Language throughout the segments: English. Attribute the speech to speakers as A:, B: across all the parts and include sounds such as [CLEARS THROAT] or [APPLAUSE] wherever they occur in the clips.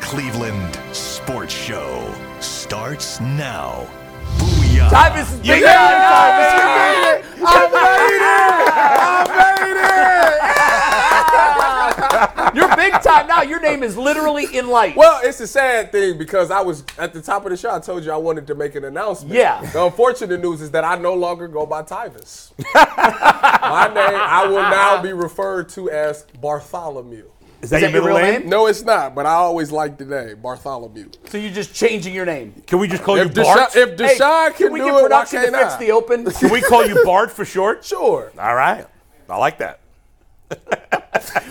A: Cleveland sports show starts now. Booyah!
B: Tyvus is big time. Tyvus, you made it. I made it. I made it. You're big time now. Your name is literally in light.
C: Well, it's a sad thing because I was at the top of the show. I told you I wanted to make an announcement.
B: Yeah.
C: The unfortunate news is that I no longer go
B: [LAUGHS]
C: by Tyvus. My name, I will now be referred to as Bartholomew.
D: Is that,
B: Is that
D: your
B: your
D: middle
B: real
D: name?
B: name?
C: No, it's not, but I always liked the name Bartholomew.
B: so you're just changing your name.
D: Can we just call
C: If
D: you Bart?
C: Deshaun, if
B: Hey,
C: Deshaun can,
B: we
C: do
B: get
C: it, why
B: production
C: can't
B: to fix
C: I?
B: the open?
D: Can we call you Bart
B: [LAUGHS]
D: for short?
C: sure.
D: All right. I like that.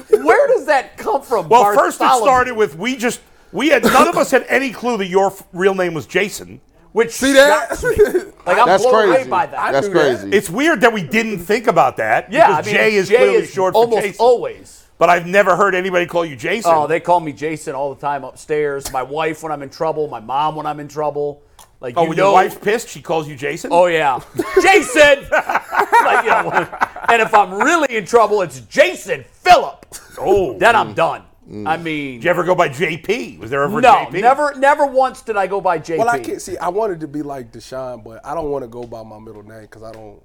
B: Where does that come from?
D: Well, first it
B: Bartholomew?
D: started with we just we had none of us had any clue that your f- real name was Jason.
B: Which
C: See that?
B: shocks me. [LAUGHS] Like I'm
E: That's
B: blown
E: crazy.
B: away by that.
E: That's
C: knew that.
E: crazy.
D: It's weird that we didn't think about that.
B: yeah,
D: because
B: I mean,
D: Jay is
B: Jay
D: clearly
B: is
D: short for
B: almost
D: Jason.
B: always.
D: But I've never heard anybody call you Jason.
B: Oh, they call me Jason all the time upstairs. My wife when I'm in trouble. My mom when I'm in trouble. Like
D: oh,
B: you
D: when
B: know,
D: your wife's pissed, she calls you Jason.
B: Oh yeah, Jason. Like, you know, and if I'm really in trouble, it's Jason Phillip. [LAUGHS]
D: oh.
B: Then I'm done. I mean,
D: Mm. Did you ever go by JP? Was there ever
B: no,
D: JP?
B: never, never once did I go by JP.
C: Well, I can't see. I wanted to be like Deshaun, but I don't want to go by my middle name because I don't.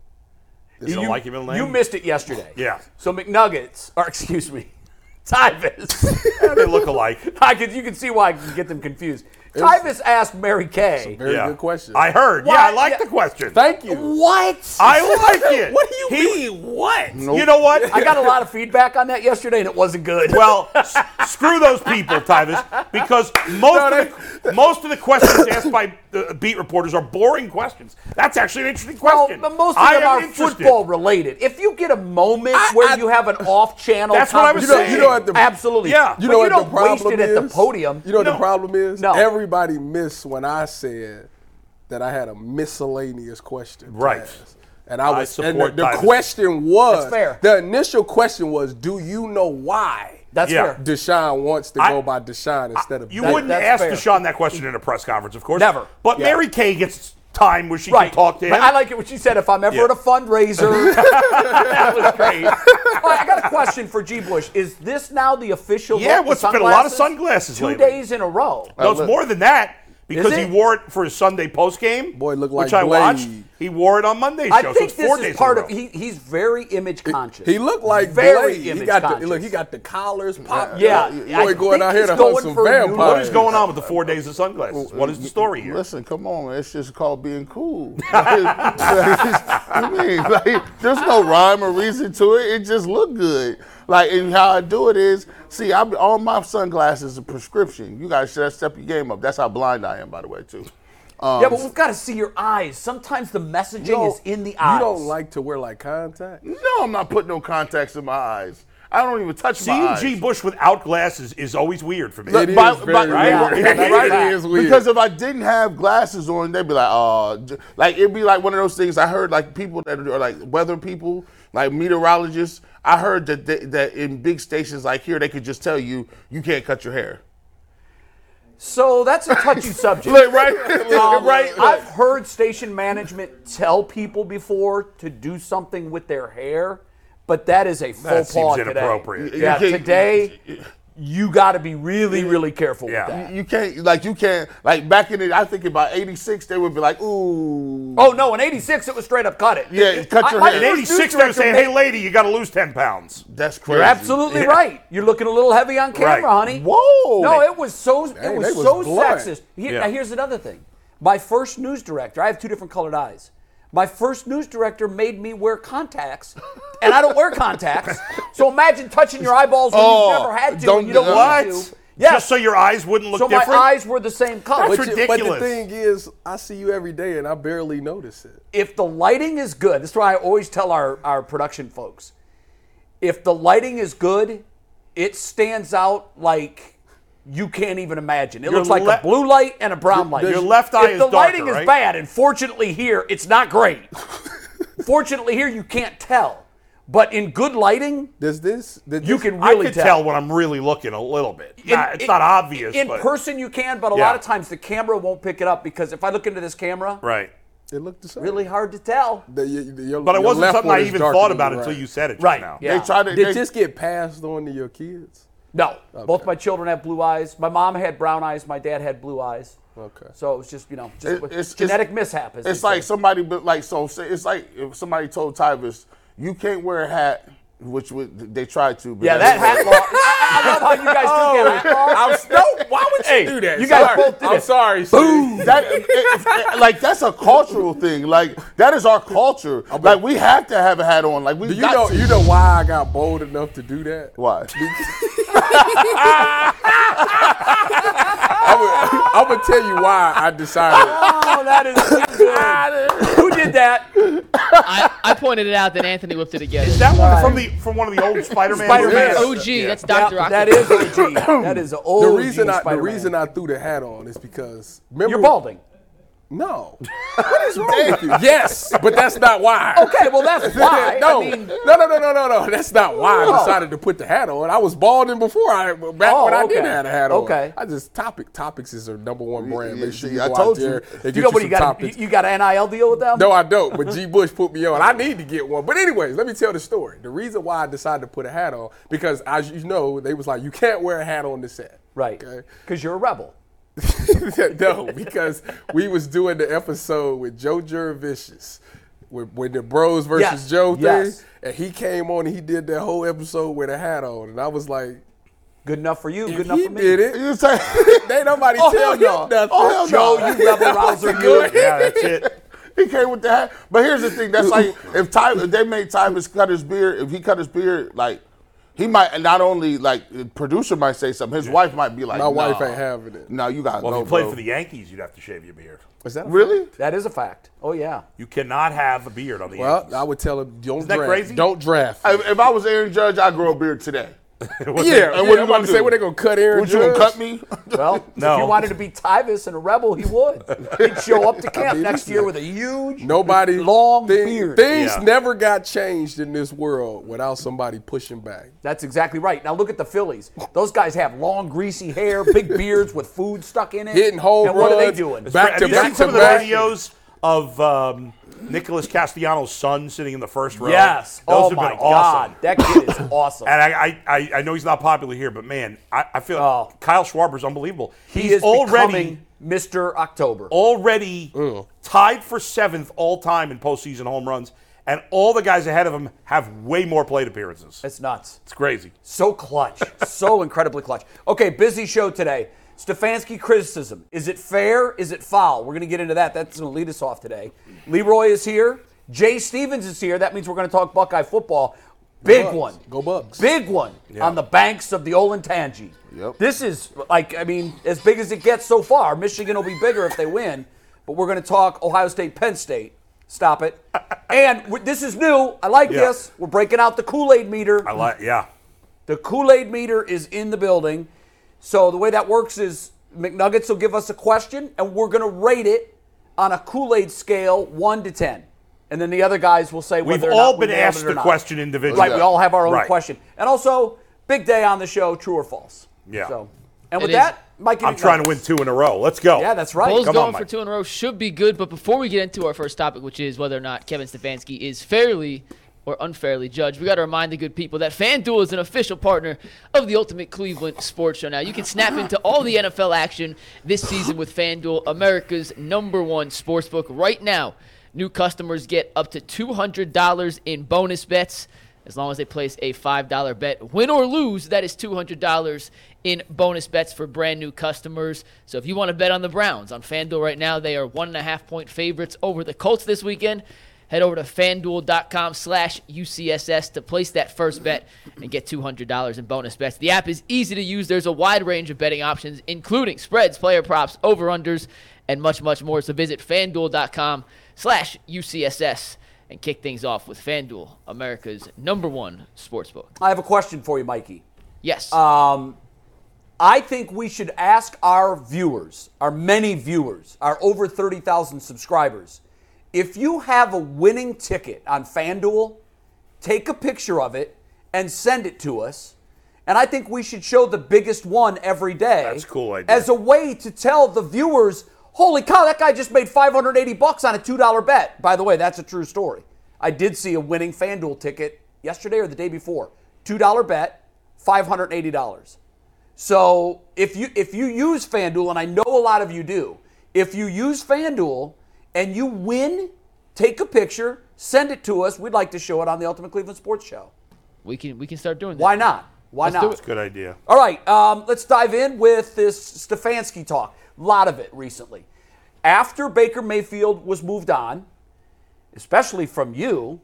D: You don't like your middle name?
B: You missed it yesterday.
D: Yeah.
B: So McNuggets, or excuse me, [LAUGHS] Tyvis. [LAUGHS]
D: they look alike.
B: I could, you can see why I can get them confused. Tyvis asked Mary Kay.
C: [LAUGHS] Very
D: yeah.
C: good question.
D: I heard.
B: Why-
D: Yeah, I like
B: yeah.
D: the question.
C: Thank you.
B: What?
D: I
B: [LAUGHS]
D: like it.
C: What do you mean?
D: What? You know what?
B: I got a lot of feedback on that yesterday, and it wasn't
D: [LAUGHS]
B: good.
D: Well, s- screw those people, Tyvis, because most
C: No,
D: of the, most of the questions asked by the beat reporters are boring questions. That's actually an interesting
B: Well,
D: question.
B: but most of
D: I
B: them
D: am
B: are
D: interested.
B: football related. If you get a moment where
C: I-
B: you have
D: [LAUGHS]
B: an off channel,
D: That's what I was saying. You know
C: what the-
B: absolutely.
D: Yeah.
B: you
D: You
B: know you don't waste it at the podium.
C: You know what
D: No.
C: the problem is?
B: No.
C: Everybody missed when I said that I had a miscellaneous question. to
D: Right.
C: ask. And I
D: I
C: was and
D: support
C: the, the
D: Tyvus.
C: question was
B: That's fair.
C: the initial question was, do you know why
B: That's
D: Yeah.
B: fair.
C: Deshaun wants to
D: I-
C: go by Deshaun instead of
D: You
C: Deshaun?
D: wouldn't
B: that's
D: ask
B: fair.
D: Deshaun that question in a press conference, of course.
B: Never.
D: But
C: Yeah.
D: Mary Kay gets time where she
B: Right.
D: can talk to him.
B: But I like it what she said. If I'm ever
D: Yeah.
B: at a
D: [LAUGHS]
B: fundraiser, that was great. All right, I got a question for G. Bush. Is this now the official?
D: Yeah,
B: look,
D: what's
B: the
D: been a lot of sunglasses
B: Two
D: lately.
B: days in a row.
D: no, it's more than that because
B: Is
D: he
B: it?
D: wore it for his Sunday post game.
C: Boy, it looked
D: which
C: like
D: I watched.
C: Blade.
D: He wore it on Monday show.
B: I
D: so it's
B: think this
D: four days in
B: is
D: a
B: part of.
D: row.
B: He, he's very image conscious.
C: He looked like
B: very
C: Blade.
B: image
C: He got the,
B: conscious.
C: look, he got the collars popped.
B: Yeah, I
C: boy, going
B: think
C: out here
B: he's
C: to
B: going
C: hunt some
B: for a new
C: vampires.
B: look.
D: What is going on with the four days of sunglasses? What is the story here?
E: Listen, come on, man. It's just called being cool. [LAUGHS] I mean, like, there's no rhyme or reason to it. It just look good. Like, and how I do it is, see, I'm all my sunglasses are prescription. You guys should step your game up. That's how blind I am, by the way, too.
B: yeah, but we've got to see your eyes. Sometimes the messaging
C: You
B: is
C: don't-
B: in the eyes.
C: You don't like to wear like contact?
E: No, I'm not putting no contacts in my eyes. I don't even touch my
D: Seeing
E: eyes.
D: G. Bush without glasses is always weird for me.
C: It is
E: By- by-
C: very
B: right,
C: weird.
B: right, right.
C: It is weird.
E: Because if I didn't have glasses on, they'd be like, oh, j- like it'd be like one of those things. I heard like people that are like weather people, like meteorologists. I heard that they, that in big stations like here, they could just tell you you can't cut your hair.
B: So that's a touchy subject.
E: Look, right,
B: Um,
E: right.
B: I've heard station management tell people before to do something with their hair, but that is a
D: That
B: faux pas
D: seems
B: today.
D: inappropriate.
B: Yeah,
E: You can't-
B: today you got to be really, really careful
D: Yeah.
B: with that.
E: you can't like you can't like back in the I think about '86 they would be like, ooh,
B: Oh no, in '86 it was straight up cut it.
E: Yeah, cut your
B: I- I-
E: hair.
D: In
E: Yeah.
B: news
D: 86, they were
B: director
D: saying,
B: made-
D: hey, lady, you got to lose 10 pounds.
E: that's crazy.
B: You're absolutely right. You're looking a little heavy on camera,
D: Right.
B: honey.
E: Whoa.
B: No, it was so it
C: Hey,
B: was,
C: they was
B: so
C: blunt.
B: sexist. Here,
D: Yeah.
B: Now here's another thing. My first news director. I have two different colored eyes. My first news director made me wear contacts, and I don't wear contacts. So imagine touching your eyeballs when
E: Oh,
B: you've never had to,
E: don't-
B: and you don't
E: what?
B: want to. Yeah.
D: Just so your eyes wouldn't look
B: So my
D: different?
B: eyes were the same color.
D: That's
C: But you- But
D: ridiculous.
C: the thing is, I see you every day and I barely notice it.
B: if the lighting is good, this is why I always tell our, our production folks if the lighting is good, it stands out like you can't even imagine. It
D: Your
B: looks like
D: le-
B: a blue light and a brown light.
D: your left eye
B: if
D: is
B: the
D: darker,
B: lighting
D: right?
B: is bad, and fortunately here it's not great.
D: [LAUGHS]
B: fortunately here you can't tell, but in good lighting
C: Does this? Did
B: you
C: this-
B: can
D: I
B: really
D: can tell when I'm really looking a little bit.
B: in-
D: Nah, it's
B: in-
D: not obvious.
B: In
D: but,
B: person, you can, but a
D: Yeah.
B: lot of times the camera won't pick it up because if I look into this camera,
D: right?
C: It looked the same.
B: really hard to tell.
C: The- your- your-
D: But
C: your
D: it wasn't
C: left
D: something
C: one
D: I
C: is
D: even
C: darker
D: thought
C: than
D: about
C: your
D: until
C: right.
D: you said it. just
B: Right,
D: Now.
B: yeah.
E: They try to.
C: Did
E: they-
C: this get passed on to your kids?
B: No, both my children have blue eyes. My mom had brown eyes. My dad had blue eyes.
C: Okay.
B: So it was just you know just
E: It-
B: what-
E: it's- it's-
B: genetic mishap. as they
E: It's like
B: say.
E: somebody, but like so. say- It's like if somebody told Tyvis, "You can't wear a hat," which would, they tried to. But
B: yeah, that hat law. [LAUGHS] I, I love how you guys do that hat law.
C: Oh, I'm no. Why would you
D: Hey,
C: do that?
B: you guys
C: Sorry.
B: both did
C: I'm
B: it.
C: sorry. Boom.
E: That it- it- like that's a cultural thing. Like that is our culture. Like we have to have a hat on. Like we
C: Do you
E: got
C: know?
E: to.
C: You know why I got bold enough to do that? [LAUGHS]
E: why?
C: I'm gonna tell you why I decided.
B: Oh, that [LAUGHS] is too good. Who did that?
F: I, I pointed it out that Anthony whipped it again.
D: Is that one from the from one of
B: [LAUGHS]
D: the old Spider-Man?
B: Spider-Man.
D: movies?
F: OG, that's Dr.
B: Yeah,
F: Octopus.
B: that is OG.
C: [COUGHS]
B: That is an old.
C: The reason I the
B: Spider-Man.
C: reason I threw the hat on is because remember
B: you're balding.
C: No. what is wrong with you? Yes, but that's not why.
B: Okay, well that's [LAUGHS] why.
C: [LAUGHS] no,
B: I mean,
C: no, no, no, no, no, no. That's not why
B: No.
C: I decided to put the hat on. I was balding before I back
B: Oh,
C: when I didn't
B: okay.
C: have a hat on.
B: Okay.
C: I just topic topics is their number one brand.
E: yeah,
C: Make sure
E: see,
C: you
E: I
C: go
E: told
C: out
E: you.
C: there and
B: you
C: get
B: know
C: you
B: what you
C: some
B: got?
C: topics.
B: You, you got an nil deal with them?
C: No, I don't. But G. Bush put me on. I need to get one. But anyways, let me tell the story. The reason why I decided to put a hat on because, as you know, they was like, you can't wear a hat on the set.
B: right?
C: Okay.
B: Because you're a rebel.
C: [LAUGHS] no, because we was doing the episode with Joe Jurevicius, with, with the Bros versus
B: Yes,
C: Joe thing,
B: yes.
C: and he came on and he did that whole episode with a hat on, and I was like,
B: Good enough for you. Good
C: if
B: enough
C: he
B: for me.
C: did it.
E: you say
C: They nobody
E: Oh,
C: tell
E: hell
C: him
E: no.
C: nothing.
E: Oh, hell
B: Joe,
E: no.
B: you rebel
C: [LAUGHS]
B: rouser, you.
D: [LAUGHS] Yeah,
B: [LAUGHS]
D: that's it.
E: [LAUGHS] he came with the hat. But here's the thing. That's like if Ty, if they made Tyvis cut his beard. If he cut his beard, like he might not only like the producer might say something. His wife might be like,
C: My wife
E: "Nah,
C: ain't having it.
E: No, you got to
D: Well,
E: go.
D: if you played
E: bro."
D: for the Yankees, you'd have to shave your beard.
C: Is that a-
E: really?
B: That is a fact. Oh yeah.
D: You cannot have a beard on the
C: Well,
D: Yankees.
C: I would tell him don't
D: that
C: draft.
D: crazy?
C: Don't draft.
E: I- If I was Aaron Judge, I'd grow a beard today.
D: What
C: yeah,
D: the-
C: and what
E: yeah,
C: you about to say? What they gonna cut Aaron?
E: Would you gonna
C: Judge?
E: cut me? [LAUGHS]
B: Well,
D: No.
B: if he wanted to be Tyvis and a rebel, he would. He'd show
C: [LAUGHS]
B: up to camp
C: mean,
B: next
C: this
B: year
C: man-
B: with a huge,
C: Nobody
B: long
C: thing-
B: beard.
C: Things
D: Yeah.
C: never got changed in this world without somebody pushing back.
B: That's exactly right. Now look at the Phillies. Those guys have long, greasy hair, big beards with food stuck in it.
C: Hitting home
B: And what are they
C: runs.
B: doing?
C: Back-
D: Have you
C: to
D: seen some of the
C: back.
D: videos of um, Nicholas Castellanos' son sitting in the first row?
B: Yes.
D: Those
B: oh
D: have
B: my
D: been awesome.
B: God, that kid
C: [COUGHS]
B: is awesome.
D: And I, I- I, I know he's not popular here, but man, I, I feel
B: Oh.
D: Kyle Schwarber's unbelievable.
B: he
D: he's
B: is
D: already
B: becoming Mr. October.
D: already tied for seventh all time in postseason home runs, and all the guys ahead of him have way more plate appearances.
B: It's nuts.
D: It's crazy.
B: So clutch. so incredibly clutch. Okay, busy show today. Stefanski criticism. Is it fair? Is it foul? We're going to get into that. That's going to lead us off today. Leroy is here. Jay Stevens is here. That means we're going to talk Buckeye football. Big
C: Bucks.
B: one.
C: Go Bucks.
B: Big one on the banks of the Olentangy.
E: Yep.
B: This is like I mean as big as it gets so far. Michigan will be bigger if they win, but we're going to talk Ohio State, Penn State. Stop it. and w- this is new. I like
D: Yeah.
B: this. We're breaking out the Kool Aid meter.
D: I like, yeah.
B: The Kool Aid meter is in the building. So the way that works is McNuggets will give us a question, and we're going to rate it on a Kool Aid scale, 1 to 10. And then the other guys will say
D: We've
B: whether or
D: all
B: not we
D: been
B: nailed it
D: asked
B: or
D: the
B: not.
D: question individually.
B: Right, we all have our own
D: Right.
B: question. And also, big day on the show, true or false.
D: Yeah.
B: So, and
F: It
B: with
F: is.
B: that, Mikey.
D: I'm trying to win two in a row. Let's go.
B: Yeah, that's right.
F: Bulls
D: Come
F: going
D: on,
F: for
D: Mike.
F: two in a row should be good, but before we get into our first topic, which is whether or not Kevin Stefanski is fairly or unfairly judged, we got to remind the good people that FanDuel is an official partner of the Ultimate Cleveland Sports Show. Now, you can snap into all the NFL action this season with FanDuel, America's number one sportsbook. Right now, new customers get up to $200 in bonus bets as long as they place a $5 bet. Win or lose, that is $200 in bonus bets for brand new customers. So if you want to bet on the Browns on FanDuel right now, they are one and a half point favorites over the Colts this weekend. Head over to fanduel.com slash UCSS to place that first bet and get $200 in bonus bets. The app is easy to use. There's a wide range of betting options, including spreads, player props, over unders, and much, much more. So visit fanduel.com slash UCSS and kick things off with FanDuel, America's number one sportsbook.
B: I have a question for you, Mikey.
F: Yes.
B: Um, I think we should ask our viewers, our many viewers, our over 30,000 subscribers, if you have a winning ticket on FanDuel, take a picture of it and send it to us. And I think we should show the biggest one every day.
D: That's a cool idea.
B: As a way to tell the viewers, holy cow, that guy just made 580 bucks on a $2 bet. By the way, that's a true story. I did see a winning FanDuel ticket yesterday or the day before. $2 bet, $580. So if you if you use FanDuel, and I know a lot of you do, if you use FanDuel and you win, take a picture, send it to us. We'd like to show it on the Ultimate Cleveland Sports Show.
F: We can we can start doing that.
B: Why not? Why
F: Let's do
B: not?
F: it.
D: Good idea.
B: All right, um, let's dive in with this Stefanski talk. A lot of it recently. After Baker Mayfield was moved on, especially from you,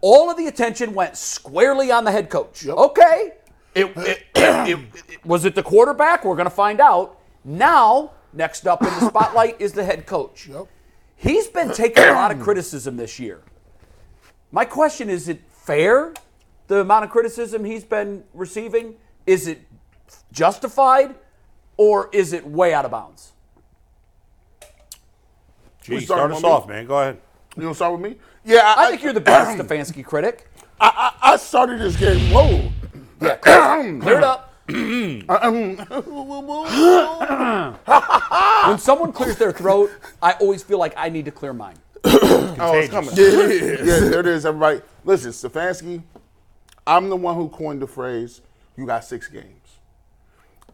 B: all of the attention went squarely on the head coach. Okay. It- it- it- it- was it the quarterback? We're going to find out. Now, next up in the spotlight is the head coach. He's been taking a lot of criticism this year. My question is it fair, the amount of criticism he's been receiving? Is it justified or is it way out of bounds?
D: Gee,
E: We
D: start
E: start
D: us
E: on me?
D: off, man. Go ahead.
E: You want to start with me? Yeah, I,
B: I think you're the
E: [COUGHS]
B: best Stefanski critic.
E: I, I, I started this game. Whoa. [COUGHS]
B: Clear it up. when someone clears their throat, I always feel like I need to clear mine.
E: Oh, it's coming. Yeah, yeah, there it is, everybody. Listen, Stefanski, I'm the one who coined the phrase, you got six games.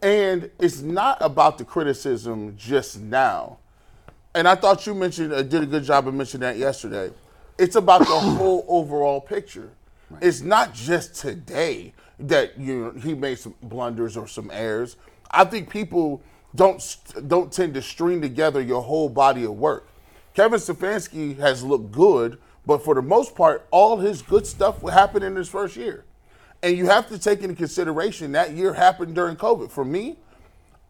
E: And it's not about the criticism just now. And I thought you mentioned, uh, did a good job of mentioning that yesterday. It's about the whole overall picture. It's not just today that you know, he made some blunders or some errors. I think people don't st- don't tend to string together your whole body of work. Kevin Stefanski has looked good, but for the most part, all his good stuff happened in his first year. And you have to take into consideration that year happened during COVID. For me,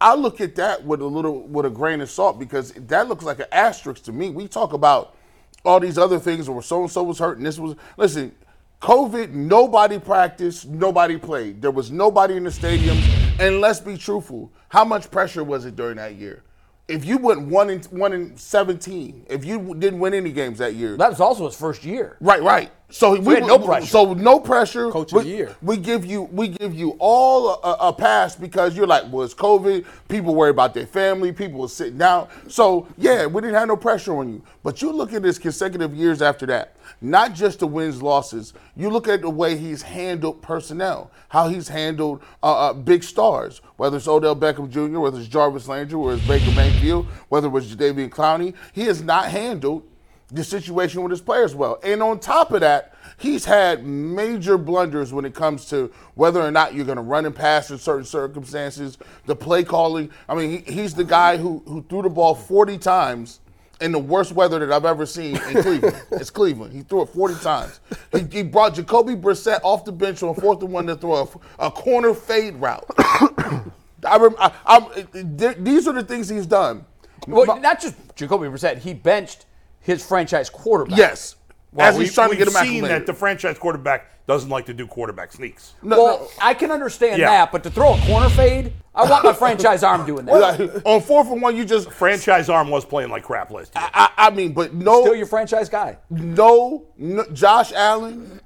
E: I look at that with a little with a grain of salt because that looks like an asterisk to me. We talk about all these other things where so and so was hurt and this was listen, COVID, nobody practiced, nobody played. There was nobody in the stadiums. And let's be truthful, how much pressure was it during that year? If you went one in one in seventeen, if you didn't win any games that year,
B: That was also his first year.
E: Right, right. So we,
B: had no pressure.
E: So no pressure.
C: Coach
E: we,
C: of the year.
E: We give you we give you all a, a pass because you're like, well, it's COVID. People worry about their family. People were sitting out. So yeah, we didn't have no pressure on you. But you look at his consecutive years after that. Not just the wins losses. You look at the way he's handled personnel, how he's handled uh, uh, big stars, whether it's Odell Beckham Jr., whether it's Jarvis Landry, whether it's Baker Mayfield, whether it was Jadavian Clowney. He has not handled the situation with his players well. And on top of that, he's had major blunders when it comes to whether or not you're going to run and pass in certain circumstances, the play calling. I mean, he, he's the guy who, who threw the ball 40 times in the worst weather that I've ever seen in Cleveland. it's Cleveland. He threw it 40 times. He, he brought Jacoby Brissett off the bench on fourth and one to throw a f a a corner fade route. [COUGHS] I, rem- I, I'm, th- these are the things he's done.
B: Well,
E: My-
B: not just Jacoby Brissett. He benched his franchise quarterback.
E: yes.
D: Well,
E: As he's trying to
D: we've
E: get him
D: seen
E: acclimated.
D: that the franchise quarterback doesn't like to do quarterback sneaks.
E: No,
B: well,
E: no.
B: I can understand
D: Yeah.
B: that, but to throw a corner fade, I
E: [LAUGHS]
B: want my franchise arm doing that.
E: Like, [LAUGHS] on four for one, you just.
D: Franchise arm was playing like crap last year.
E: I, I mean, but
B: Still
E: no,
B: your franchise guy.
E: no, no, Josh Allen,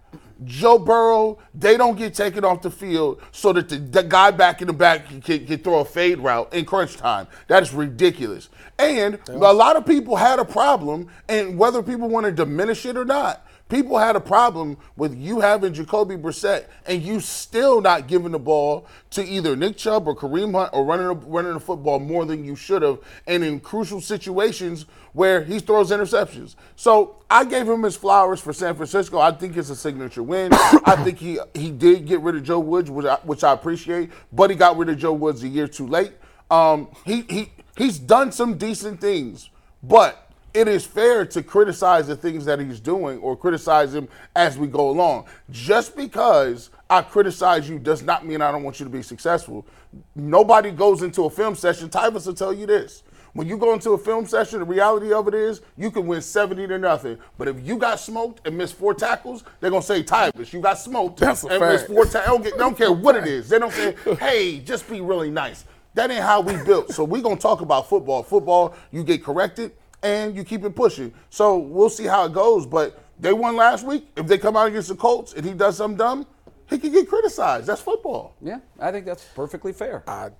E: Joe Burrow, they don't get taken off the field so that the, the guy back in the back can, can throw a fade route in crunch time. That is ridiculous. And a lot of people had a problem, and whether people want to diminish it or not, people had a problem with you having Jacoby Brissett and you still not giving the ball to either Nick Chubb or Kareem Hunt or running the, running the football more than you should have, and in crucial situations where he throws interceptions. So I gave him his flowers for San Francisco. I think it's a signature win. [COUGHS] I think he he did get rid of Joe Woods, which I, which I appreciate, but he got rid of Joe Woods a year too late. Um, he he he's done some decent things, but it is fair to criticize the things that he's doing or criticize him as we go along. Just because I criticize you does not mean I don't want you to be successful. Nobody goes into a film session. Tyvus will tell you this. When you go into a film session, the reality of it is you can win 70 to nothing. But if you got smoked and missed four tackles, they're going to say, Tyvus, you got smoked
C: That's a
E: and missed
C: fact.
E: four tackles. They don't care what it is. They don't say, hey, just be really nice. That ain't how we built. So we gonna talk about football. Football, you get corrected and you keep it pushing. So we'll see how it goes. But they won last week. If they come out against the Colts and he does something dumb, he could get criticized. That's football.
B: Yeah, I think that's perfectly fair.
C: I,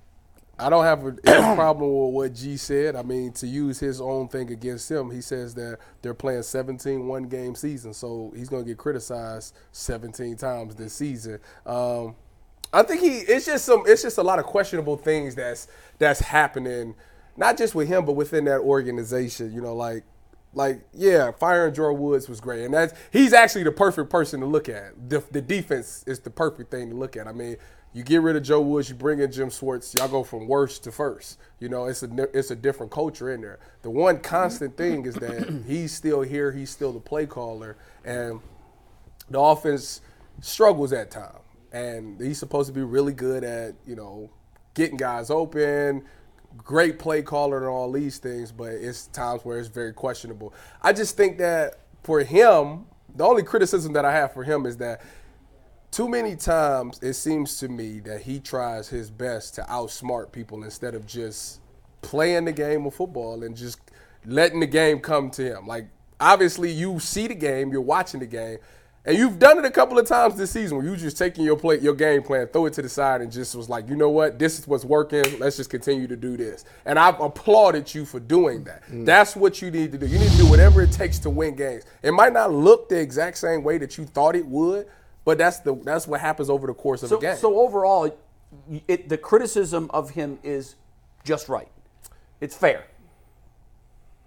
C: I don't have a [COUGHS] any problem with what G said. I mean, to use his own thing against him, he says that they're playing 17 one game season, so he's going to get criticized 17 times this season. Um, I think he. It's just some. It's just a lot of questionable things that's that's happening, not just with him, but within that organization. You know, like like, yeah, firing Joe Woods was great, and that's he's actually the perfect person to look at. The, the defense is the perfect thing to look at. I mean, you get rid of Joe Woods, you bring in Jim Schwartz, y'all go from worst to first. You know, it's a ni- it's a different culture in there. The one constant thing is that [CLEARS THROAT] he's still here, he's still the play caller, and the offense struggles at time, and he's supposed to be really good at you know getting guys open, great play caller, and all these things. But it's times where it's very questionable. I just think that for him, the only criticism that I have for him is that too many times it seems to me that he tries his best to outsmart people instead of just playing the game of football and just letting the game come to him. Like obviously you see the game, you're watching the game, and you've done it a couple of times this season where you just taking your play your game plan, throw it to the side and just was like, you know what, this is what's working. Let's just continue to do this. And I've applauded you for doing that. That's what you need to do. You need to do whatever it takes to win games. It might not look the exact same way that you thought it would. But that's the that's what happens over the course of a
B: So,
C: game.
B: so overall, y- it, the criticism of him is just right. It's fair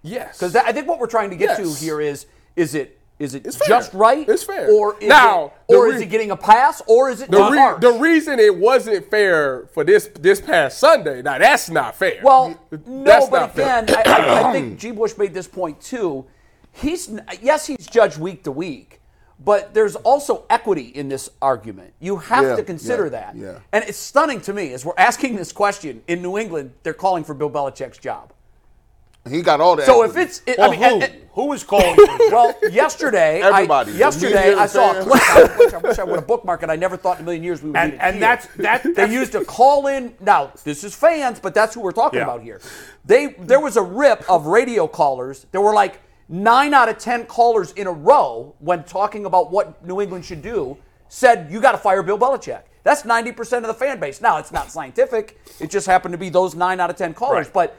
C: yes,
B: because I think what we're trying to get
C: Yes.
B: to here is is it is it
C: fair.
B: just right?
C: It's fair.
B: Or is
C: Now,
B: it,
C: the
B: or is
C: re-
B: it getting a pass? Or is it
C: the,
B: not
C: re-
B: ours?
C: the reason it wasn't fair for this this past Sunday. Now that's not fair.
B: Well,
C: That's
B: no,
C: not
B: but
C: fair.
B: again, I, I, I think G. Bush made this point too. He's n- yes, he's judged week to week, but there's also equity in this argument. You have
E: Yeah,
B: to consider
E: yeah,
B: that.
E: yeah.
B: And it's stunning to me as we're asking this question in New England, they're calling for Bill Belichick's job.
E: He got all that.
B: So if it's, it, I mean,
E: who?
B: and- and-
D: Who is calling? for
B: [LAUGHS]
D: this?
B: well, yesterday,
E: Everybody.
B: I, yesterday
E: You
B: I
E: [LAUGHS]
B: saw a
E: understand?
B: clip. I wish, I wish I would have bookmarked it. I never thought in a million years we would.
D: And-
B: need it
D: and
B: here.
D: that's- that-
B: they
D: that's-
B: used a call in. Now this is fans, but that's who we're talking
D: Yeah.
B: about here. They there was a rip of radio callers. There were like nine out of ten callers in a row when talking about what New England should do. Said you got to fire Bill Belichick. That's ninety percent of the fan base. Now it's not scientific. It just happened to be those nine out of ten callers,
D: Right.
B: but.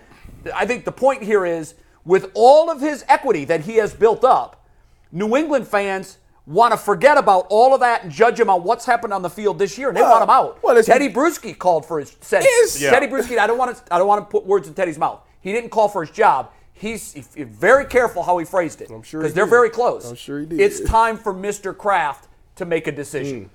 B: I think the point here is with all of his equity that he has built up, New England fans want to forget about all of that and judge him on what's happened on the field this year. And they want him out.
C: well, it's-
B: Teddy Bruschi called for his said
C: Yes. Yeah.
B: Teddy Bruschi. I don't want to. I don't want to put words in Teddy's mouth. He didn't call for his job. He's he- he- very careful how he phrased it. I'm
C: sure he
B: because they're
C: did.
B: very close.
C: I'm sure he did.
B: It's time for Mr. Kraft to make a decision,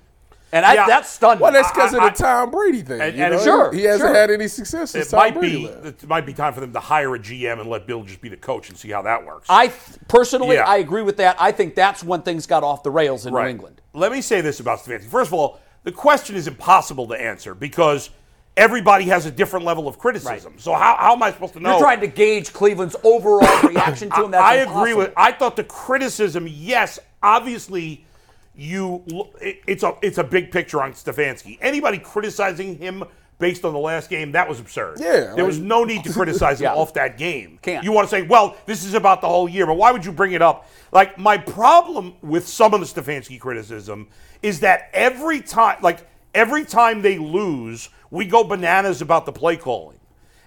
B: and I,
D: Mm. Yeah.
B: that's stunning.
C: well, that's because of
D: I-
C: the
D: I-
C: Tom Brady thing.
D: And-
C: you
D: and-
C: know?
B: Sure,
C: he hasn't
B: sure.
C: had any success since
D: It
C: Tom
D: might
C: Brady
D: be.
C: left.
D: It might be time for them to hire a GM and let Bill just be the coach and see how that works.
B: I th- personally,
D: Yeah.
B: I agree with that. I think that's when things got off the rails in New England.
D: Let me say this about Stefanski. First of all, the question is impossible to answer because everybody has a different level of criticism. So how, how am I supposed to know?
B: You're trying to gauge Cleveland's
D: [COUGHS]
B: overall reaction to him. That's
D: I, I agree
B: impossible.
D: with. I thought the criticism. Yes, obviously, you. lo- It, it's a it's a big picture on Stefanski. Anybody criticizing him based on the last game that was absurd.
C: Yeah,
D: there
C: like-
D: was no need to criticize him
B: [LAUGHS] Yeah.
D: off that game.
B: Can't.
D: you want to say, well, this is about the whole year, but why would you bring it up? Like my problem with some of the Stefanski criticism is that every time, like every time they lose, we go bananas about the play calling.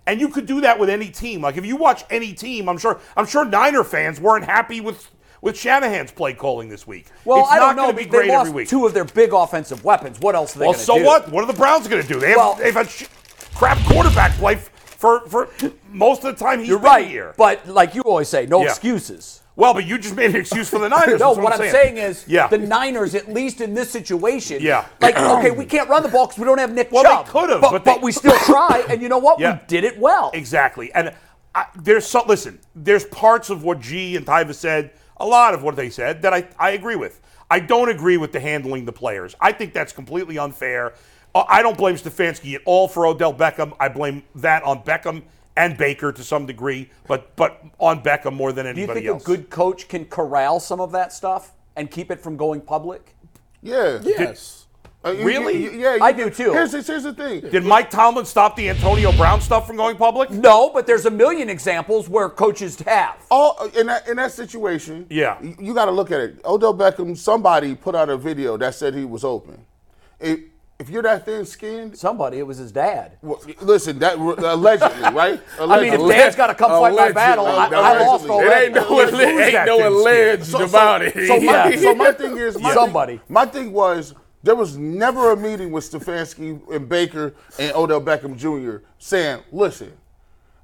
D: And you could do that with any team. Like if you watch any team, I'm sure I'm sure Niner fans weren't happy with with Shanahan's play calling this week.
B: Well,
D: it's
B: I
D: not
B: don't know.
D: going to be
B: they
D: great
B: lost
D: every week.
B: two of their big offensive weapons. What else are they
D: well,
B: going to
D: so
B: do?
D: what? What are the Browns going to do? They have,
B: Well-
D: they have a sh- crap quarterback play f- for for most of the time he's
B: You're
D: been
B: right.
D: here.
B: But like you always say, no
D: Yeah.
B: excuses.
D: well, but you just made an excuse
B: [LAUGHS]
D: for the Niners.
B: No,
D: that's
B: what, I'm saying, is
D: yeah.
B: the Niners, at least in this situation,
D: Yeah. [CLEARS THROAT]
B: like, okay, we can't run the ball because we don't have Nick
D: Well, they
B: Chubb.
D: could've,
B: but,
D: but they-
B: we
D: [CLEARS THROAT]
B: still try, and you know what?
D: Yeah.
B: We did it well.
D: Exactly. And I, there's some, listen, there's parts of what G and Tyva said, a lot of what they said, that I, I agree with. I don't agree with the handling the players. I think that's completely unfair. Uh, I don't blame Stefanski at all for Odell Beckham. I blame that on Beckham and Baker to some degree, but but on Beckham more than
B: Do you
D: anybody
B: think
D: else.
B: a good coach can corral some of that stuff and keep it from going public?
E: yeah.
C: Yes.
E: Uh, you-
D: Really?
E: you- yeah.
B: I
E: you-
B: do too.
E: Here's, the- here's the thing.
D: Did Mike Tomlin stop the Antonio Brown stuff from going public?
B: No, but there's a million examples where coaches have.
E: all Oh, in that in that situation,
D: Yeah.
E: y- you got to look at it. Odell Beckham, somebody put out a video that said he was open. If if you're that thin-skinned,
B: Somebody, it was his dad.
E: well, listen, that allegedly, [LAUGHS] right?
B: I mean, if
E: Allegedly.
B: dad's got to come fight my
C: Allegedly.
B: battle, I, I lost
C: It
E: Allegedly.
B: already.
C: ain't no,
E: Who's
C: it ain't
D: that
C: no
D: then, Steve?
C: alleged about it. [LAUGHS]
E: So my,
B: Yeah.
E: so my thing is, my
B: Somebody.
E: Thing, my thing was there was never a meeting with Stefanski and Baker and Odell Beckham Jr. saying, "Listen,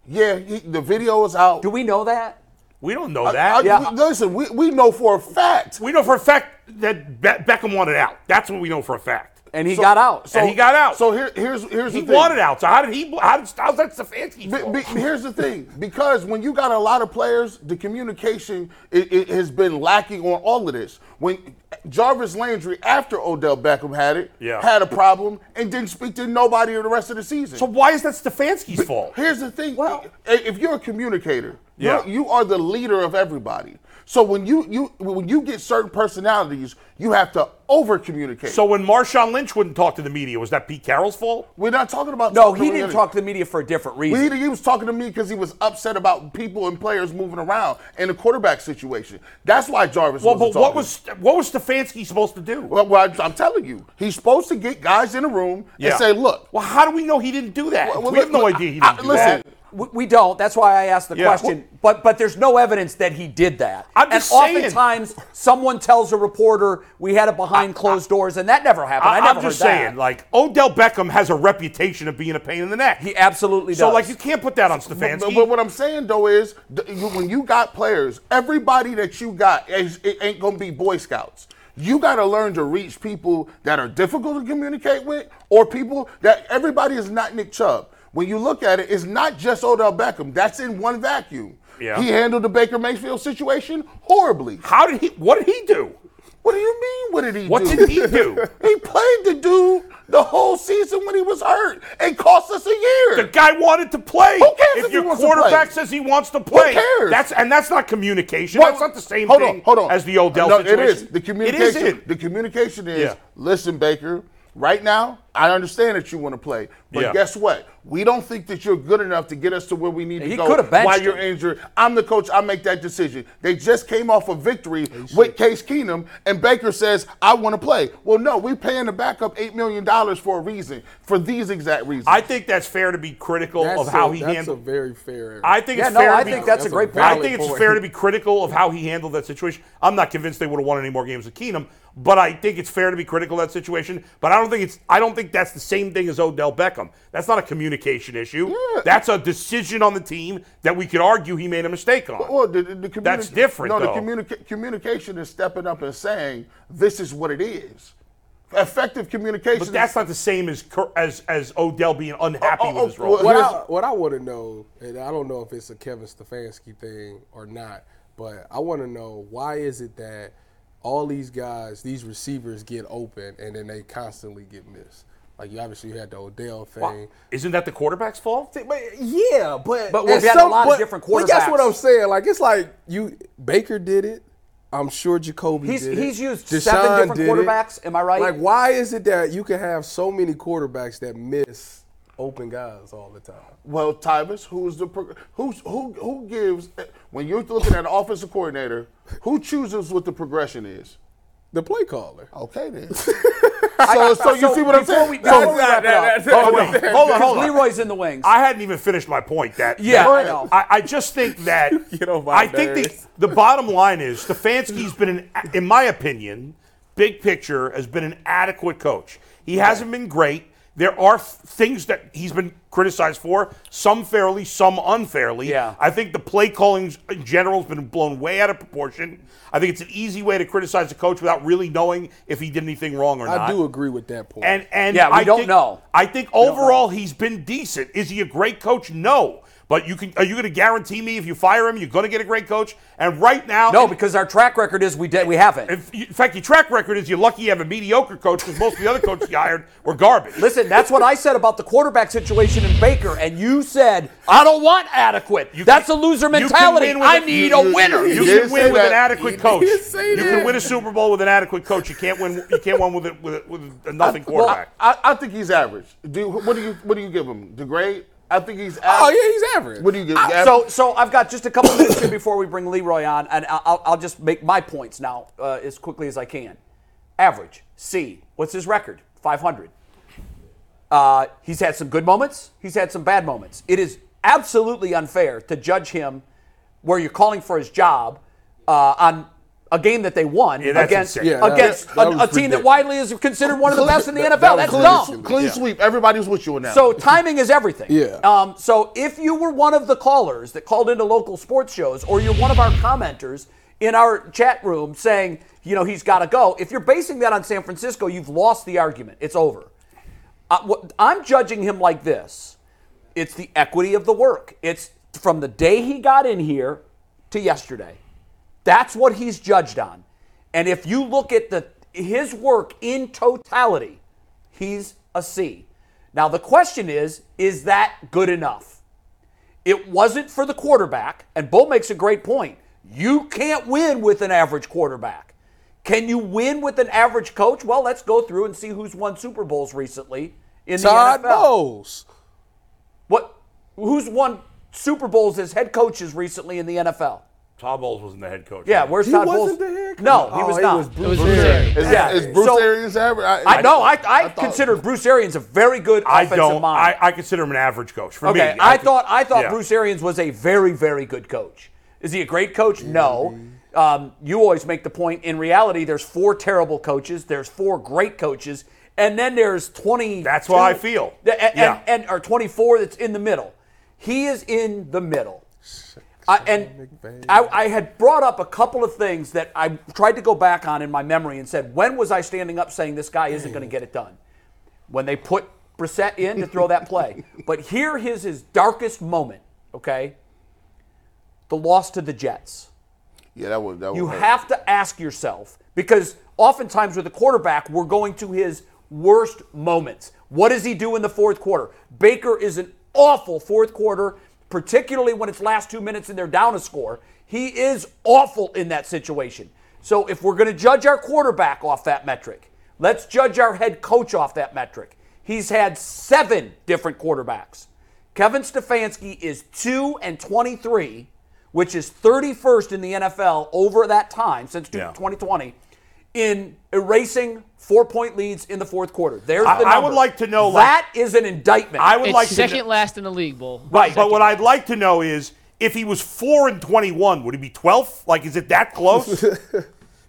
E: yeah, he, the video is out.
B: Do we know that?
D: We don't know
E: I-
D: that.
E: we-
B: Uh, Yeah.
E: listen, we, we know for a fact
D: We know for a fact that Be- Beckham wanted out. That's what we know for a fact.
B: And he got out.
D: and he got out.
E: So here, here's here's
D: He
E: the thing.
D: wanted out. So how did he? How did, how's that Stefanski?
E: Be-
D: fault?
E: be- here's the thing, because when you got a lot of players, the communication it, it has been lacking on all of this. When Jarvis Landry, after Odell Beckham had it,
D: Yeah.
E: had a problem and didn't speak to nobody the rest of the season.
D: So why is that Stefanski's fault?
E: Here's the thing.
B: Well-
E: i- if you're a communicator,
D: Yeah.
E: you're, you are the leader of everybody. So when you you when you get certain personalities, you have to over communicate.
D: So when Marshawn Lynch wouldn't talk to the media, was that Pete Carroll's fault?
E: we're not talking about
B: No,
E: talking
B: he
E: to
B: didn't
E: the-
B: talk to the media for a different
E: He,
B: reason.
E: he was talking to me because he was upset about people and players moving around and the quarterback situation. That's why Jarvis.
D: Well,
E: wasn't
D: but what
E: talking.
D: was what was Stefanski supposed to do?
E: Well, well, I'm telling you, he's supposed to get guys in a room and say, "Look,
D: Well, how do we know he didn't do that?
E: Well, well,
D: we have no
E: look,
D: idea he didn't
E: I-
D: do
E: listen,
D: that.
B: We, we don't. That's why I asked the
D: Yeah.
B: question. But but there's no evidence that he did that.
D: I'm just
B: and
D: saying.
B: oftentimes someone tells a reporter we had it behind closed doors, and that never happened. I,
D: I,
B: never
D: am just
B: heard that.
D: saying, like Odell Beckham has a reputation of being a pain in the neck.
B: he absolutely does.
D: so, like, you can't put that on Stefanski.
E: But, but what I'm saying though is, th- you- when you got players, everybody that you got is, it ain't gonna be Boy Scouts. You got to learn to reach people that are difficult to communicate with, or people that everybody is not Nick Chubb. When you look at it, it's not just Odell Beckham. That's in one vacuum.
D: Yeah.
E: He handled the Baker Mayfield situation horribly.
D: how did he? What did he do?
E: What do you mean? What did he
D: What
E: do?
D: did he do?
E: [LAUGHS] he played the dude the whole season when he was hurt and cost us a year.
D: The guy wanted to play.
E: Who cares
D: if,
E: if he
D: your
E: wants to
D: quarterback
E: play?
D: says he wants to play,
E: cares?
D: That's and that's not communication.
E: What-
D: that's not the same
E: hold
D: thing
E: on, hold on.
D: as the Odell
E: no,
D: situation.
E: It is. The communication.
D: It isn't.
E: The communication is
D: Yeah.
E: listen, Baker, right now, I understand that you want to play. But
D: Yeah.
E: guess what? We don't think that you're good enough to get us to where we need
B: He
E: to go
B: coulda benched
E: while you're
B: him.
E: injured. I'm the coach. I make that decision. They just came off a victory with Case Keenum, and Baker says, I want to play. Well, no, we're paying the backup $8 million for a reason, for these exact reasons.
D: I think that's fair to be critical
C: That's
D: of how
C: a,
D: he
C: that's
D: handled.
C: a very fair.
D: I think
B: yeah,
D: it's
B: no,
D: fair.
B: I
D: to
B: think
D: be,
B: that's a
C: That's a
B: great point.
D: I
C: valid
D: think it's
B: [LAUGHS]
C: point.
D: fair to be critical of how he handled that situation. I'm not convinced they would have won any more games with Keenum, but I think it's fair to be critical of that situation. But I don't think it's I don't think that's the same thing as Odell Beckham. That's not a communication issue. That's a decision on the team that we could argue he made a mistake on.
E: Well, the, the, the communi-
D: That's different,
E: No,
D: though.
E: the communica- communication is stepping up and saying this is what it is. Effective communication.
D: but that's not the same as Cur- as as Odell being unhappy
E: Oh, oh,
D: with his
E: oh,
D: role.
E: well,
C: what I,
E: Here's-
C: what I want to know, and I don't know if it's a Kevin Stefanski thing or not, but I want to know why is it that all these guys, these receivers, get open and then they constantly get missed. Like you obviously had the Odell thing.
D: Isn't that the quarterback's fault?
C: But yeah, but
B: But we've
C: at
B: had a lot of different
C: But that's
B: quarterbacks.
C: what I'm saying. Like it's like you Baker did it. I'm sure Jacoby
B: He's-
C: did it.
B: he's used seven different
C: did it.
B: quarterbacks, am I right?
C: Like why is it that you can have so many quarterbacks that miss open guys all the time?
E: well, Tyvus, who's the pro- who's who who gives when you're looking at an offensive coordinator, who chooses what the progression is?
C: The play caller.
B: [LAUGHS]
E: Okay then. so, so you see what I'm
B: before
E: saying?
B: we-
E: So-
B: before we wrap it up,
E: [LAUGHS]
D: Oh, wait, hold on, hold on.
B: Leroy's in the wings.
D: I hadn't even finished my point. That
B: Yeah,
D: that-
B: I know.
D: I, I
C: [LAUGHS]
D: just think that
C: Get on my
D: I think
C: nerves.
D: the, the bottom line is Stefanski's been, an, in my opinion, big picture has been an adequate coach. He hasn't been great. There are f- things that he's been criticized for, some fairly, some unfairly.
B: Yeah.
D: I think the play calling in general has been blown way out of proportion. I think it's an easy way to criticize a coach without really knowing if he did anything wrong or not.
C: I do agree with that point.
D: And and
B: Yeah, we
D: I
B: don't
D: think,
B: know.
D: I think overall he's been decent. Is he a great coach? No. But you can. Are you going to guarantee me if you fire him, you're going to get a great coach? And right now,
B: No, because our track record is we did we haven't.
D: in, in fact, your track record is you're lucky you have a mediocre coach because most of the other coaches you hired were garbage.
B: Listen, that's what I said about the quarterback situation in Baker, and you said I don't want adequate.
D: You
B: that's
D: can-
B: a loser
D: you can
B: mentality.
D: win with
B: I
D: a-
B: need
D: you-
B: a winner.
D: You can
E: He did
D: win
E: say
D: with an
E: that.
D: adequate
E: He
D: coach.
E: did say
D: You can
E: that.
D: win a Super Bowl with an adequate coach. You can't win. You can't win with a, with a, with a nothing quarterback.
E: I, I think he's average. Do what do you what do you give him? The grade? I think he's average.
C: Oh yeah, he's average.
E: What do you give?
B: I-
E: average?
B: so, so I've got just a couple [COUGHS] minutes here before we bring Leroy on, and I'll, I'll- I'll just make my points now uh, as quickly as I can. Average C. What's his record? 500. Uh, he's had some good moments. He's had some bad moments. It is absolutely unfair to judge him where you're calling for his job uh, on a game that they won
D: that's
B: against
D: insane. Yeah,
C: that-
B: against
C: that
B: a,
C: was
B: a team that
C: ridiculous.
B: widely is considered one of the best in the
C: That-
B: NFL.
C: that was
B: That's dumb.
C: ridiculous.
E: clean sweep. Everybody was with you in that.
B: So timing is everything.
C: Yeah.
B: Um, so if you were one of the callers that called into local sports shows, or you're one of our commenters in our chat room saying, you know, he's got to go. If you're basing that on San Francisco, you've lost the argument. It's over. Uh, what, I'm judging him like this. It's the equity of the work. It's from the day he got in here to yesterday. That's what he's judged on. And if you look at the his work in totality, he's a C. Now the question is, is that good enough? It wasn't for the quarterback, and Bull makes a great point. You can't win with an average quarterback. Can you win with an average coach? Well, let's go through and see who's won Super Bowls recently in
C: Todd
B: the NFL.
C: Bowles.
B: What? Who's won Super Bowls as head coaches recently in the NFL?
D: Tom Bowles wasn't the head coach.
B: Yeah, where's
C: He
B: Todd
C: wasn't
B: Bowles?
C: the head coach.
B: No, he
C: Oh,
B: was
C: he
B: not.
C: was
F: It was
C: Bruce
F: Bruce
E: is,
B: yeah.
E: is Bruce
B: So-
E: Arians average?
B: I know. I, I,
E: thought-
B: considered Bruce Arians a very good
D: I
B: offensive
D: don't. I,
B: mind.
D: I consider him an average coach for me.
B: okay, I,
D: think-
B: thought I thought
D: yeah.
B: Bruce Arians was a very very good coach. Is he a great coach? No.
D: Mm-hmm.
B: Um, you always make the point. In reality, there's four terrible coaches. There's four great coaches, and then there's twenty.
D: That's what I feel.
B: And, and-
D: Yeah.
B: and or twenty four that's in the middle. He is in the middle. I, and I, I had brought up a couple of things that I tried to go back on in my memory and said, when was I standing up saying this guy isn't going to get it done? When they put Brissett in to throw that
D: [LAUGHS]
B: play. But here is his darkest moment, okay? The loss to the Jets.
E: Yeah, that was that.
B: You
E: would hurt. [LAUGHS]
B: have to ask yourself because oftentimes with a quarterback, we're going to his worst moments. What does he do in the fourth quarter? Baker is an awful fourth quarter, particularly when it's last two minutes and they're down a score. He is awful in that situation. So if we're going to judge our quarterback off that metric, let's judge our head coach off that metric. He's had seven different quarterbacks. Kevin Stefanski is 2 and 23, which is 31st in the NFL over that time since
D: Yeah.
B: 2020 in erasing four-point leads in the fourth quarter. There's
D: I-
B: the
D: I would
B: number.
D: like to know, like-
B: That is an indictment.
D: I would
F: It's
D: like to
F: second
D: kn-
F: last in the league, Bull.
D: Right, but
F: Second.
D: what I'd like to know is if he was four and twenty-one, would he be twelfth? Like, is it
C: [LAUGHS]
D: that close?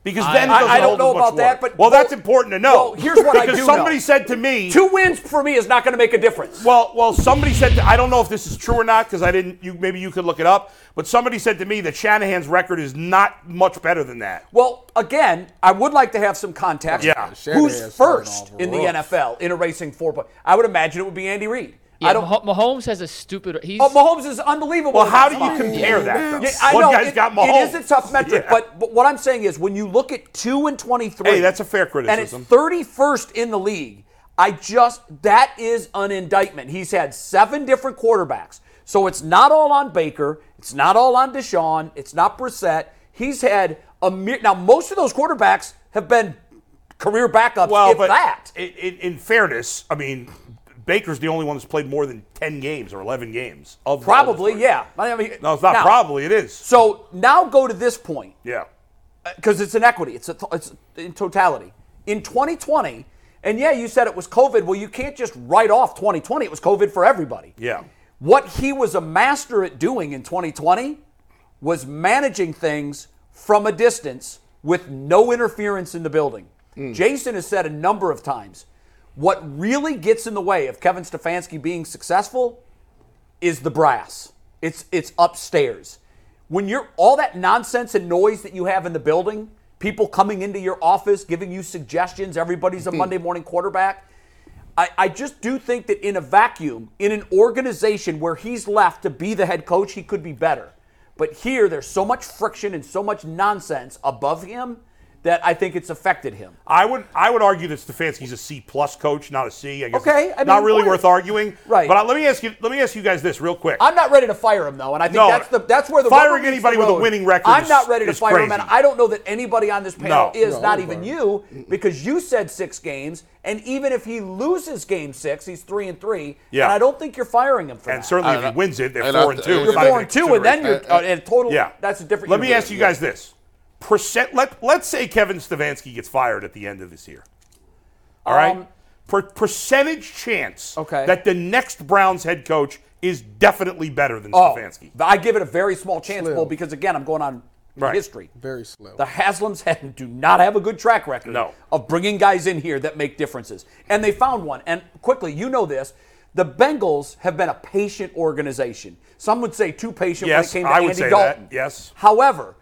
D: Because then it
B: I- I don't
D: doesn't hold
B: know
D: as much
B: about that,
D: water.
B: but-
D: well, that's
B: well-
D: important to know.
B: well, here's what I
D: [LAUGHS] because
B: do
D: somebody
B: know.
D: said to me,
B: Two wins for me is not going to make a difference.
D: Well, well, somebody said to, I don't know if this is true or not because I didn't. You maybe you could look it up, but somebody said to me that Shanahan's record is not much better than that.
B: Well, again, I would like to have some context.
D: Yeah.
B: Who's
C: Shanahan's
B: first
C: starting off
B: in the
C: rough.
B: NFL in erasing four points? I would imagine it would be Andy Reid.
F: Yeah,
B: I don't.
F: Mah- Mahomes has a stupid. He's
B: Oh, Mahomes is unbelievable.
D: Well,
B: in
D: how
B: that
D: do
B: spot.
D: you compare that? Though?
B: Yeah, I
D: One
B: know
D: guy's
B: it,
D: got
B: it is
D: Mahomes.
B: a tough metric,
D: [LAUGHS] Yeah.
B: but, but what I'm saying is when you look at two and twenty-three,
D: Hey, that's a fair criticism.
B: and it's 31st in the league. I just that is an indictment. He's had seven different quarterbacks, so it's not all on Baker. It's not all on Deshaun. It's not Brissett. He's had a mere, now most of those quarterbacks have been career backups.
D: well,
B: if
D: but
B: that,
D: i- i- In, fairness, I mean, Baker's the only one that's played more than ten games or eleven games of all the
B: probably
D: starters.
B: yeah. I mean,
D: No, it's not
B: now-
D: probably. It is.
B: So now go to this point.
D: Yeah.
B: because it's an equity. It's, a th- it's in totality. In 2020, and yeah, you said it was COVID. Well, you can't just write off 2020. It was COVID for everybody.
D: Yeah.
B: What he was a master at doing in 2020 was managing things from a distance with no interference in the building. Jason has said a number of times what really gets in the way of Kevin Stefanski being successful is the brass. It's it's upstairs. When you're all that nonsense and noise that you have in the building, people coming into your office, giving you suggestions, everybody's a Monday morning quarterback. I, I just do think that in a vacuum, in an organization where he's left to be the head coach, he could be better. But here, there's so much friction and so much nonsense above him that I think it's affected him.
D: I would I would argue that Stefanski's a C plus coach, not a C. I guess
B: Okay,
D: it's
B: I mean,
D: not really
B: why-
D: worth arguing.
B: Right.
D: But I, let me ask you let me ask you guys this real quick.
B: I'm not ready to fire him though, and I think
D: No,
B: that's the that's where the
D: firing
B: rubber meets
D: anybody
B: the
D: with a
B: road.
D: winning record
B: I'm
D: is-
B: not ready to
D: is
B: fire him, and
D: crazy.
B: I don't know that anybody on this panel
D: No.
B: is,
C: No,
B: not
C: I'm
B: even
C: fine.
B: you, because you said six games, and even if he loses game six, he's three and three,
D: Yeah.
B: and I don't think you're firing him for
D: and
B: that.
D: certainly if
E: I-
D: he wins it, they're
E: and
D: four
E: I-
D: and two.
E: and
D: It's
B: you're
D: not even
B: four and two, and then
D: consideration.
B: you're uh, and total.
D: yeah,
B: that's a different.
D: Let me
B: universe.
D: ask you guys this: percent. Let let's say Kevin Stefanski gets fired at the end of this year. All right,
B: Um,
D: per, percentage chance
B: Okay.
D: that the next Browns head coach is definitely better than
B: Oh,
D: Stefanski.
B: I give it a very small chance,
C: Slim.
B: Bull, because again, I'm going on
D: Right.
B: history.
C: Very slow.
B: The Haslam's [LAUGHS] head do not have a good track record
D: No.
B: of bringing guys in here that make differences. And they found one. And quickly, you know this. The Bengals have been a patient organization. Some would say too patient
D: Yes,
B: when it came to
D: I would
B: Andy
D: say that,
B: Dalton.
D: yes.
B: However,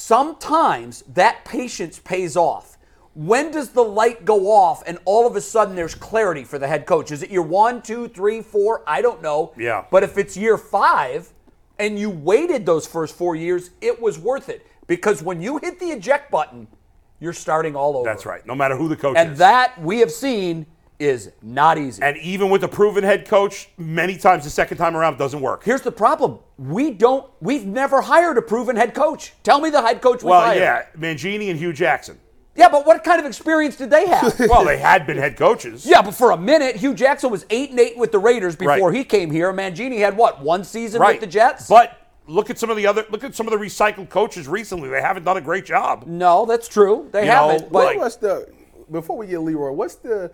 B: sometimes that patience pays off. When does the light go off and all of a sudden there's clarity for the head coach? Is it year one, two, three, four? I don't know.
D: Yeah.
B: But if it's year five and you waited those first four years, it was worth it because when you hit the eject button, you're starting all over.
D: That's right. No matter who the coach
B: And
D: is.
B: that we have seen is not easy.
D: and even with a proven head coach, many times the second time around it doesn't work.
B: Here's the problem: we don't. We've never hired a proven head coach. Tell me the head coach we
D: well,
B: hired.
D: yeah, Mangini and Hugh Jackson.
B: Yeah, but what kind of experience did they
D: [LAUGHS]
B: have?
D: Well, they had been head coaches.
B: yeah, but for a minute, Hugh Jackson was eight and eight with the Raiders before
D: Right.
B: he came here. Mangini had what one season
D: right.
B: with the Jets?
D: But look at some of the other look at some of the recycled coaches recently. They haven't done a great job.
B: no, that's true. They
D: You know,
B: haven't. but
D: like-
C: what's the before we get Leroy? What's the?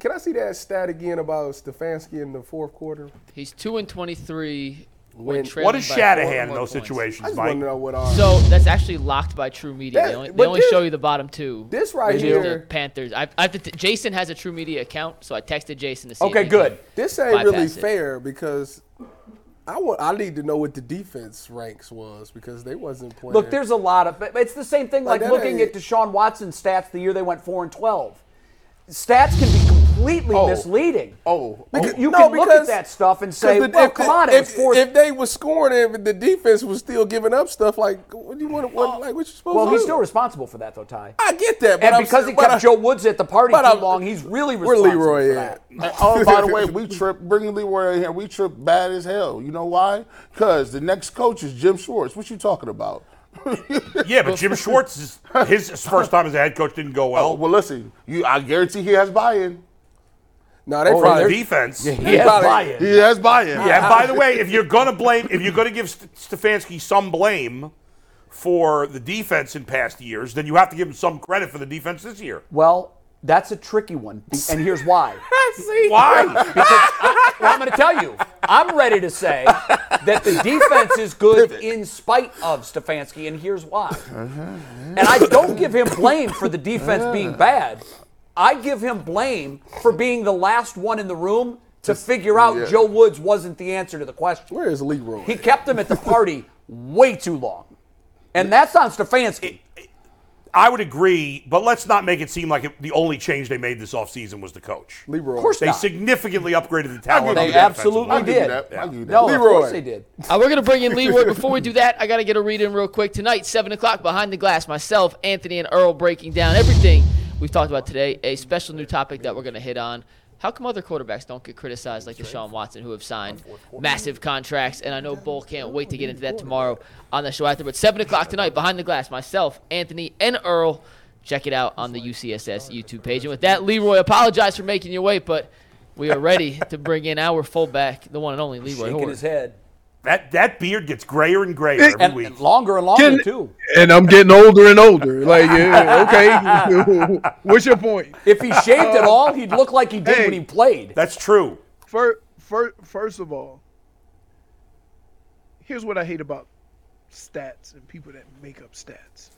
C: Can I see that stat again about Stefanski in the fourth quarter?
F: He's two and twenty-three.
C: When-
F: When, trailing
D: What is
F: by four or
D: Shanahan in
F: more
D: those
F: points.
C: I
D: situations,
C: just want
D: Mike?
C: to know what our
F: So that's actually locked by True Media. they
C: That-
F: only, they
C: but
F: only
C: this-
F: show you the bottom two.
C: this right
F: which is the
C: here-
F: Panthers. I, I have to t- Jason has a True Media account, so I texted Jason to see. if
B: okay,
F: he could-
B: good.
C: this ain't really
F: bypass it.
C: fair because I want I need to know what the defense ranks was because they wasn't playing.
B: Look, there's a lot of. but It's the same thing
C: Like,
B: like,
C: that
B: looking at
C: ain't-
B: Deshaun Watson's stats the year they went four and twelve. Stats can be completely misleading.
E: Oh,
C: Because-
B: you
C: no,
B: can look at
C: because-
B: that stuff and say,
C: because the-
B: "Well,
C: if
B: come
C: the-
B: on, it was
C: if,
B: fourth."
C: if they were scoring, if the defense was still giving up stuff, like what do you want? What, like what you supposed
B: well,
C: to?
B: he's
C: do?
B: still responsible for that though, Ty.
C: I get that, but
B: and
C: I'm
B: because he
C: saying- but
B: kept
C: I-
B: Joe Woods at the party too
C: but I'm-
B: long, he's really
C: Where
B: responsible
C: Leroy
B: for
C: at?
B: that.
E: oh, by the
C: [LAUGHS]
E: way, we trip bringing Leroy in here. We trip bad as hell. You know why? Because the next coach is Jim Schwartz. What you talking about? [LAUGHS]
D: Yeah, but [LAUGHS] Jim Schwartz is his first time as a head coach didn't go
E: Oh,
D: well.
E: well, listen. You, I guarantee he has buy-in.
C: No, they
B: Oh,
C: probably
B: there's-
D: Defense.
B: He has
C: probably-
B: buy-in.
E: He has buy-in.
D: Yeah, and by the way, if you're gonna blame, if you're gonna give St- Stefanski some blame for the defense in past years, then you have to give him some credit for the defense this year.
B: Well, that's a tricky one, be- and here's why.
D: Why?
B: well, I'm going to tell you. I'm ready to say that the defense is good in spite of Stefanski, and here's why. And I don't give him blame for the defense being bad. I give him blame for being the last one in the room to figure out
E: yeah.
B: Joe Woods wasn't the answer to the question.
C: where is Leroy?
B: He kept them at the party way too long. And that's on Stefanski.
D: I would agree, but let's not make it seem like it, the only change they made this offseason was the coach.
C: Leroy.
B: Of course
D: They
B: not.
D: significantly upgraded the talent.
E: They
D: on the defensive
B: absolutely
D: line.
E: I give you
B: did.
E: that. I give you that.
B: no, of
C: Leroy.
B: course they did.
F: Uh, we're going to bring in Leroy. Before we do that, I got to get a read in real quick. Tonight, 7 o'clock, behind the glass, myself, Anthony, and Earl breaking down everything we've talked about today. A special new topic that we're going to hit on. How come other quarterbacks don't get criticized like Deshaun Watson, who have signed massive contracts? And I know Bull can't wait to get into that tomorrow on the show after. But 7 o'clock tonight, behind the glass, myself, Anthony, and Earl. Check it out on the UCSS YouTube page. And with that, Leroy, apologize for making you wait, but we are ready to bring in our fullback, the one and only Leroy.
B: Shaking
F: Horde.
B: his head.
D: That that beard gets grayer and grayer every
B: And,
D: week.
B: and longer and longer,
G: Can-
B: too.
G: And I'm getting older and older. Like, yeah, okay. [LAUGHS] What's your point?
B: If he shaved at all, he'd look like he did when
G: Hey.
B: he played.
D: That's true.
G: First, first, first of all, here's what I hate about stats and people that make up stats.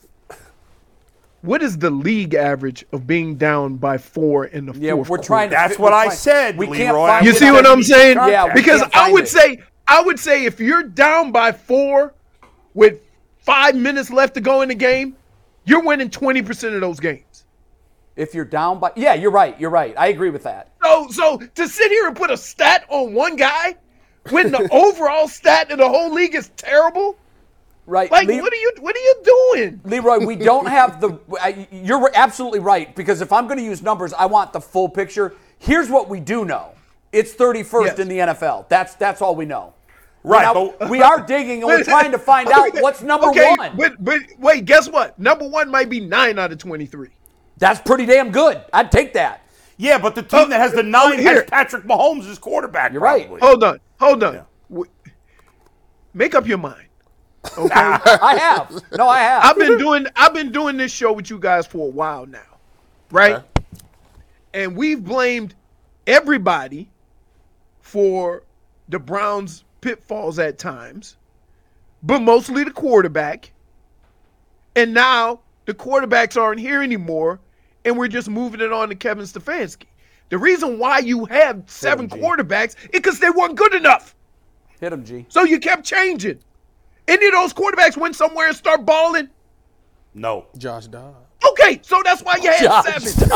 G: What is the league average of being down by four in the
B: Yeah,
G: fourth?
B: we're trying to.
D: That's
B: fi-
D: what
B: we're
D: I
B: trying-
D: said,
B: We can't
D: Leroy.
B: find
G: You
B: it.
G: see what I'm saying?
B: Yeah, we
G: because
B: can't
G: I
B: find
G: would
B: it.
G: say I would say if you're down by four with five minutes left to go in the game, you're winning twenty percent of those games.
B: If you're down by, yeah, you're right. You're right. I agree with that.
G: So so to sit here and put a stat on one guy when
B: [LAUGHS]
G: the overall stat in the whole league is terrible,
B: Right.
G: like
B: Le-
G: what are you what are you doing?
B: Leroy,
G: [LAUGHS]
B: we don't have the. I, you're absolutely right because if I'm going to use numbers, I want the full picture. Here's what we do know: it's 31st
G: Yes.
B: in the NFL. That's that's all we know.
D: Right,
B: Now, [LAUGHS]
D: but-
B: we are digging and
G: [LAUGHS]
B: we're trying to find out what's number
G: okay,
B: one.
G: But but wait, guess what? Number one might be nine out of twenty three.
B: That's pretty damn good. I'd take that.
D: Yeah, but the team that has the nine
G: Oh, here.
D: has Patrick Mahomes as quarterback. You're
B: right.
D: probably.
G: Hold on, hold on. W- Make up your mind. Oh, Okay.
B: I have. No, I have.
G: I've been doing I've been doing this show with you guys for a while now, right? And we've blamed everybody for the Browns' pitfalls at times, but mostly the quarterback. And now the quarterbacks aren't here anymore, and we're just moving it on to Kevin Stefanski. The reason why you have seven quarterbacks is because they weren't good enough.
B: Hit him, G.
G: So you kept changing. Any of those quarterbacks went somewhere and start balling.
D: No.
C: Josh Dobbs.
G: Okay, so that's why you had seven.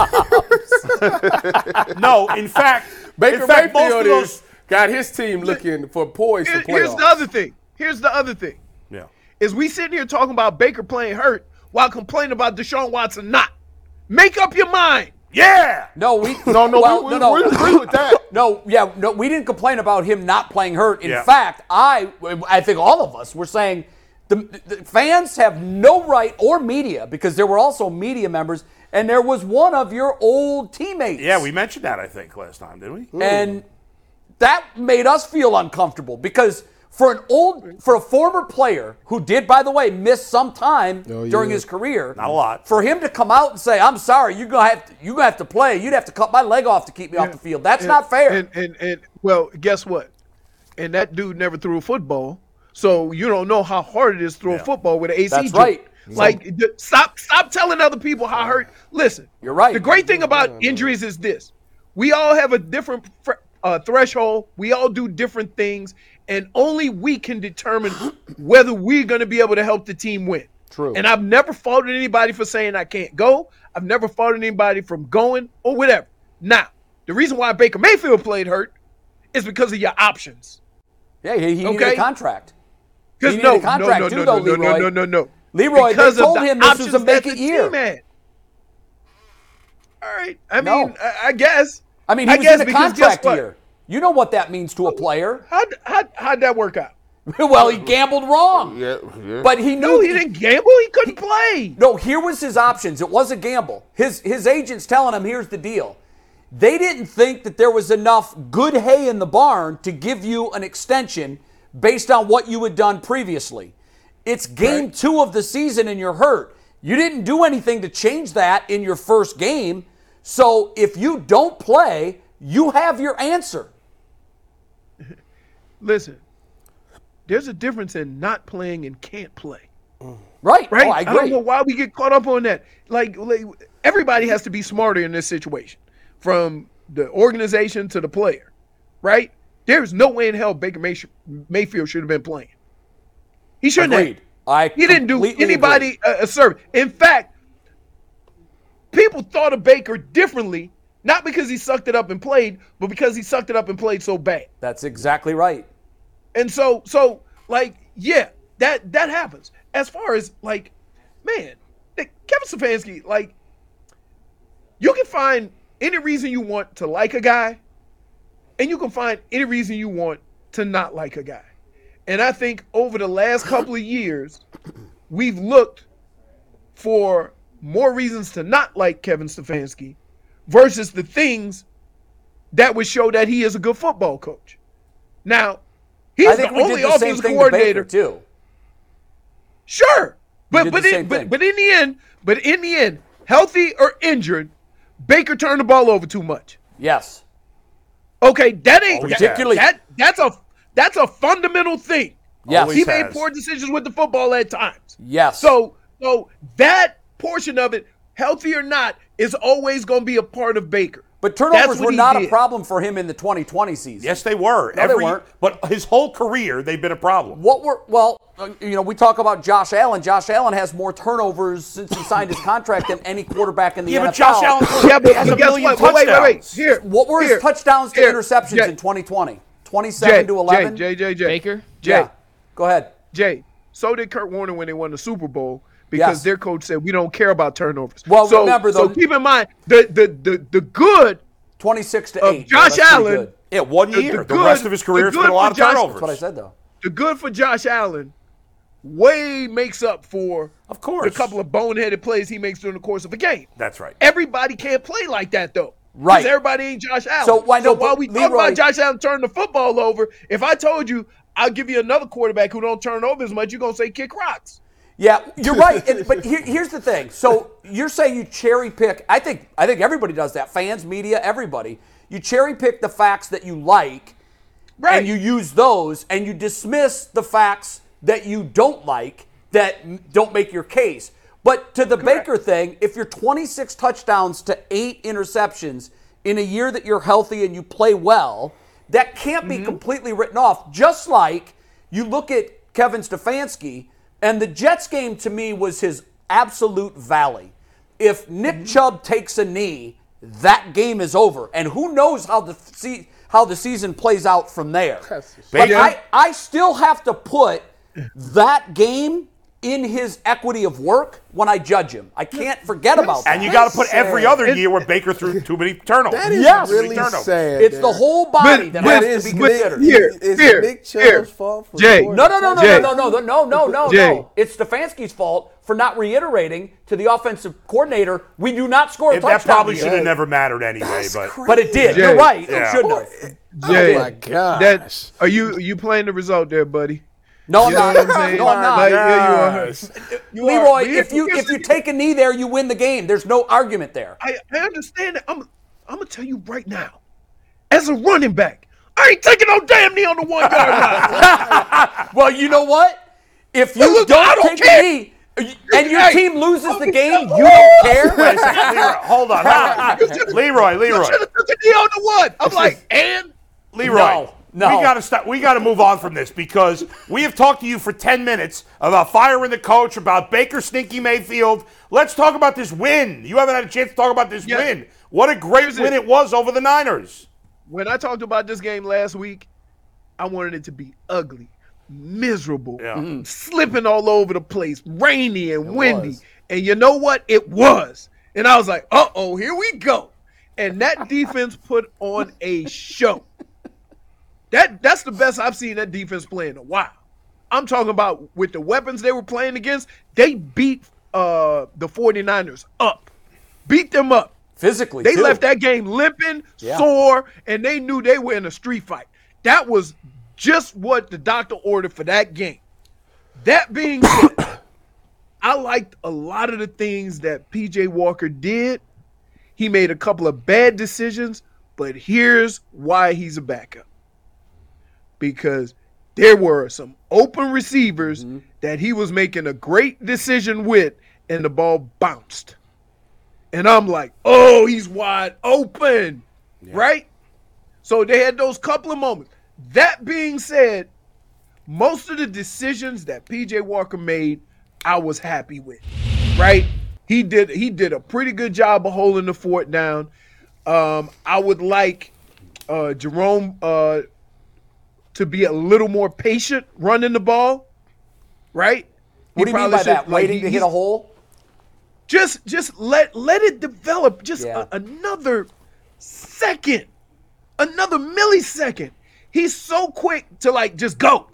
D: No,
B: [LAUGHS]
D: in fact,
C: Baker
D: in fact, most
C: Mayfield
D: of those,
C: is, got his team looking for poise
G: Here-
C: for
G: Here's
C: playoffs.
G: the other thing. Here's the other thing.
D: Yeah.
G: Is we sitting here talking about Baker playing hurt while complaining about Deshaun Watson not. Make up your mind.
D: Yeah.
B: No,
G: [LAUGHS]
B: we.
E: No, no,
B: well,
E: we, we,
B: no,
E: we
B: no.
E: agree with that.
B: No, yeah, no, we didn't complain about him not playing hurt. In
D: Yeah.
B: fact, I, I think all of us were saying the, the fans have no right or media because there were also media members, and there was one of your old teammates.
D: Yeah, we mentioned that, I think, last time, didn't we?
B: and that made us feel uncomfortable because for an old for a former player who did by the way miss some time
G: Oh,
B: during
C: yeah.
B: his career
D: Not a lot.
B: for him to come out and say i'm sorry you're gonna have to, you're gonna have to play you'd have to cut my leg off to keep me off the field that's not fair
G: And, and and well, guess what? And that dude never threw a football, so you don't know how hard it is to throw a football with an AC.
B: That's
G: joint.
B: right.
G: Like, d- stop stop telling other people how hurt. Listen,
B: You're right.
G: The great thing about injuries is this: we all have a different fr- uh, threshold. We all do different things, and only we
B: [GASPS]
G: can determine whether we're going to be able to help the team win. True. And I've never faulted anybody for saying I can't go. I've never faulted anybody from going or whatever. Now, the reason why Baker Mayfield played hurt is because of your options.
B: yeah he, he needed a
G: okay.
B: contract
G: Because
B: He needed
G: no,
B: a contract
G: no,
B: too,
G: no,
B: though,
G: no, no, no,
B: Leroy.
G: no, no, no.
B: Leroy, they
G: Because of
B: told
G: the
B: him this was
G: options
B: a
G: that
B: make
G: the
B: it year.
G: team had. All right. I mean,
B: No.
G: I, I guess.
B: i mean he was
G: guess
B: in a
G: because guess
B: contract
G: what?
B: year you know what that means to a player [LAUGHS]
G: How'd, how'd, how'd that work out?
B: well he gambled wrong
E: Yeah, yeah.
B: but he knew
G: No, he didn't gamble. He couldn't play.
B: No, here was his options. It was a gamble. His his agents telling him, "Here's the deal." They didn't think that there was enough good hay in the barn to give you an extension based on what you had done previously. It's game 2 of the season and you're hurt. You didn't do anything to change that in your first game. So if you don't play, you have your answer.
G: Listen, there's a difference in not playing and can't play.
B: Right?
G: Right?
B: Oh, I
G: don't
B: agree.
G: know why we get caught up on that. Like, like everybody has to be smarter in this situation, from the organization to the player. Right? There's no way in hell Baker Maysh- Mayfield should have been playing. He shouldn't
B: Agreed.
G: have.
B: I
G: He didn't do
B: completely agree.
G: anybody a, a service. In fact, people thought of Baker differently, not because he sucked it up and played, but because he sucked it up and played so bad.
B: That's exactly right.
G: And so, so like, yeah, that that happens. As far as like, man, like, Kevin Stefanski, like, you can find any reason you want to like a guy, and you can find any reason you want to not like a guy. And I think over the last couple of years, we've looked for more reasons to not like Kevin Stefanski versus the things that would show that he is a good football coach. Now,
B: I
G: he's the
B: think we
G: only
B: did the same
G: offensive
B: thing to Baker
G: coordinator.
B: too.
G: Sure, but
B: did
G: but
B: the same
G: in,
B: thing.
G: but but in the end, but in the end, healthy or injured, Baker turned the ball over too much.
B: Yes.
G: Okay, that ain't
D: Always
B: Particularly-
G: that, that- that's a that's a fundamental thing.
B: Yes.
D: Always
G: he
D: has.
G: made poor decisions with the football at times.
B: Yes.
G: So so that portion of it, healthy or not, is always going to be a part of Baker.
B: But turnovers
G: what
B: were
G: he
B: not a
G: did.
B: problem for him in the 2020 season.
D: Yes, they were.
B: No, they weren't.
D: But his whole career, they've been a problem.
B: What were well, uh, you know, we talk about Josh Allen. Josh Allen has more turnovers since he signed his contract than any quarterback in
G: [LAUGHS]
B: the
D: Yeah,
B: NFL.
D: but Josh Allen
G: Yeah, but,
D: has
G: but
D: a
G: guess
D: million
G: what? Well, wait, wait, wait.
D: touchdowns.
G: Here,
B: [LAUGHS] What were
G: here,
B: his touchdowns to
G: here,
B: interceptions
G: Jay,
B: in 2020? 27
G: Jay,
B: to 11.
G: Jay, Jay, Jay, Jay,
F: Baker?
G: Jay,
B: Yeah. Go ahead.
G: Jay. So did Kurt Warner when they won the Super Bowl because
B: Yes.
G: their coach said we don't care about turnovers.
B: Well,
G: so,
B: remember, though-
G: So keep in mind the the the, the good
B: 26 to
G: Of
B: 8. That's
G: Josh
B: pretty
G: Allen.
B: good.
D: Yeah, one
G: The- the
D: year. The,
G: good-
D: rest of his career,
G: the
D: it's been
G: good
D: a lot
G: for
D: of
G: Josh-
D: turnovers.
B: That's what I said though.
G: the good for Josh Allen way makes up for
D: Of course.
G: the couple of boneheaded plays he makes during the course of a game.
D: That's right.
G: Everybody can't play like that though. 'Cause
B: Right.
G: Everybody ain't Josh Allen.
B: So why no, but
G: while we talk
B: Leroy-
G: about Josh Allen turning the football over, if I told you I'll give you another quarterback who don't turn over as much, you're gonna say kick rocks.
B: Yeah, you're right. And, but here, here's the thing. So you're saying you cherry pick. I think I think everybody does that. Fans, media, everybody. You cherry pick the facts that you like,
G: Right.
B: and you use those, and you dismiss the facts that you don't like that m- don't make your case. But to the Baker thing, if you're 26 touchdowns to eight interceptions in a year that you're healthy and you play well, that can't be completely written off. Just like you look at Kevin Stefanski, and the Jets game to me was his absolute valley. If Nick Chubb takes a knee, that game is over, and who knows how the se- how the season plays out from there. But
D: Baker.
B: I, I still have to put that game in his equity of work when I judge him. I can't forget about that.
D: And you got to put every
C: sad.
D: other year where Baker threw too many turnovers.
C: [LAUGHS] That is
B: Yes.
C: really
D: Turnovers.
C: sad.
B: it's the
C: that-
B: whole body that, has
G: but
C: That is
B: to
C: Nick,
B: be considered.
G: Here,
C: it's
G: here,
C: Nick Chubb's
G: here.
C: fault for
G: Jay.
C: scoring
B: No, no, no, no,
G: Jay.
B: no, no, no, no, no, no,
G: Jay.
B: no. It's Stefanski's fault for not reiterating to the offensive coordinator, we do not score a
D: If that
B: touchdown.
D: probably
B: here."
D: should have never mattered anyway. But
B: But it did.
G: Jay.
B: You're right.
D: Yeah.
B: It shouldn't have.
G: Jay,
C: Oh my gosh.
G: That are you are you playing the result there, buddy?
B: No,
G: [LAUGHS]
B: I'm
G: You know
B: not.
G: what I'm saying?
B: No, I'm not.
G: Like, yeah, you are. You are.
B: Leroy,
G: But
B: if you if you take a knee there, you win the game. There's no argument there.
G: I, I understand that. I'm I'm gonna tell you right now, as a running back, I ain't taking no damn knee on the one yard line.
B: Well, you know what? If you
G: Well, look, I
B: don't
G: don't
B: take
G: care.
B: a knee and your
G: Hey,
B: team loses the
G: okay,
B: game,
G: no.
B: you don't
G: [LAUGHS]
B: care.
D: Wait a second, Leroy. [LAUGHS] Hold on,
G: You
D: hold on.
G: should've-
D: Leroy,
G: You
D: Leroy,
G: should have took a knee on the one. I'm like, and
D: Leroy.
B: No, no.
D: We gotta stop. We gotta move on from this because we have talked to you for ten minutes about firing the coach, about Baker Stinky Mayfield. Let's talk about this win. You haven't had a chance to talk about this
G: Yeah.
D: win. What a great
G: it.
D: win it was over the Niners.
G: when I talked about this game last week, I wanted it to be ugly, miserable,
D: Yeah.
G: slipping all over the place, rainy and windy. And you know what? It was. And I was like, uh oh, here we go. And that defense put on a show. That that's the best I've seen that defense play in a while. I'm talking about with the weapons they were playing against, they beat uh the 49ers up. Beat them up.
B: Physically,
G: They
B: too.
G: left that game limping, sore, and they knew they were in a street fight. That was just what the doctor ordered for that game. That being said, [COUGHS] I liked a lot of the things that PJ Walker did. He made a couple of bad decisions, but here's why he's a backup. Because there were some open receivers that he was making a great decision with, and the ball bounced. And I'm like, oh, he's wide open. Right? So they had those couple of moments. That being said, most of the decisions that PJ Walker made, I was happy with. Right? He did he did a pretty good job of holding the fort down. Um, I would like uh, Jerome uh, to be a little more patient running the ball. Right?
B: What do you mean by that? Waiting to hit a
G: hole
B: hole?
G: just just let let it develop just
B: Yeah.
G: a, another second another millisecond he's so quick to like just go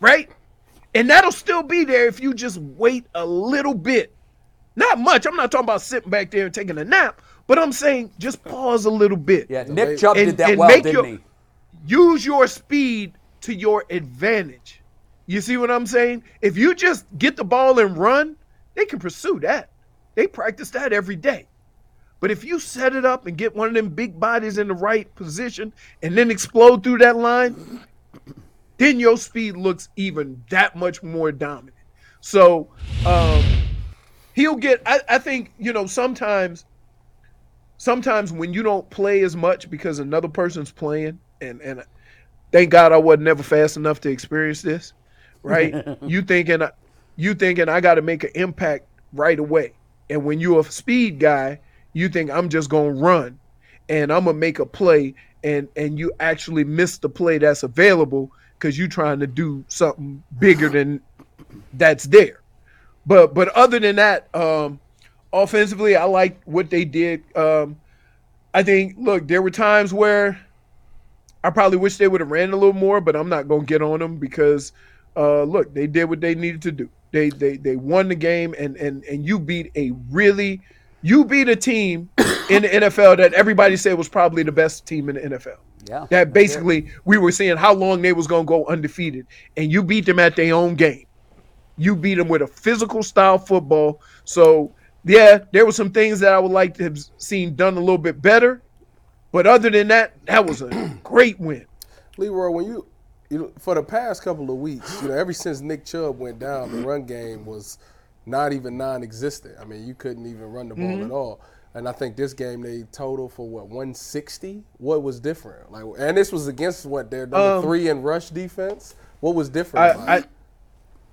G: right and that'll still be there if you just wait a little bit not much i'm not talking about sitting back there and taking a nap but i'm saying just pause a little bit
B: Yeah, Nick Chubb
G: And-
B: did that
G: and
B: well,
G: make
B: didn't
G: your-
B: he?
G: use your speed to your advantage. You see what I'm saying? If you just get the ball and run, they can pursue that. They practice that every day. But if you set it up and get one of them big bodies in the right position and then explode through that line, then your speed looks even that much more dominant. So um, he'll get, I, I think, you know, sometimes sometimes when you don't play as much because another person's playing, and and thank God I wasn't never fast enough to experience this, right? you thinking, you thinking I got to make an impact right away, and when you're a speed guy, you think I'm just gonna run, and I'm gonna make a play, and and you actually miss the play that's available because you're trying to do something bigger than that's there. But but other than that, um, offensively, I liked what they did. Um, I think look, there were times where I probably wish they would have ran a little more, but I'm not gonna get on them because uh, look, they did what they needed to do. They they they won the game, and and and you beat a really you beat a team [COUGHS] in the NFL that everybody said was probably the best team in the NFL.
B: Yeah.
G: That basically we were seeing how long they was gonna go undefeated, and you beat them at their own game you beat them with a physical style football. So yeah, there were some things that I would like to have seen done a little bit better, but other than that, that was a [CLEARS THROAT] great win.
C: Leroy, when you, you know, for the past couple of weeks, you know, ever since Nick Chubb went down, the run game was not even non-existent. I mean, you couldn't even run the ball at all. And I think this game they total for what 160. What was different? Like, and this was against what their number three in rush defense. What was different? about
G: I, I
C: it?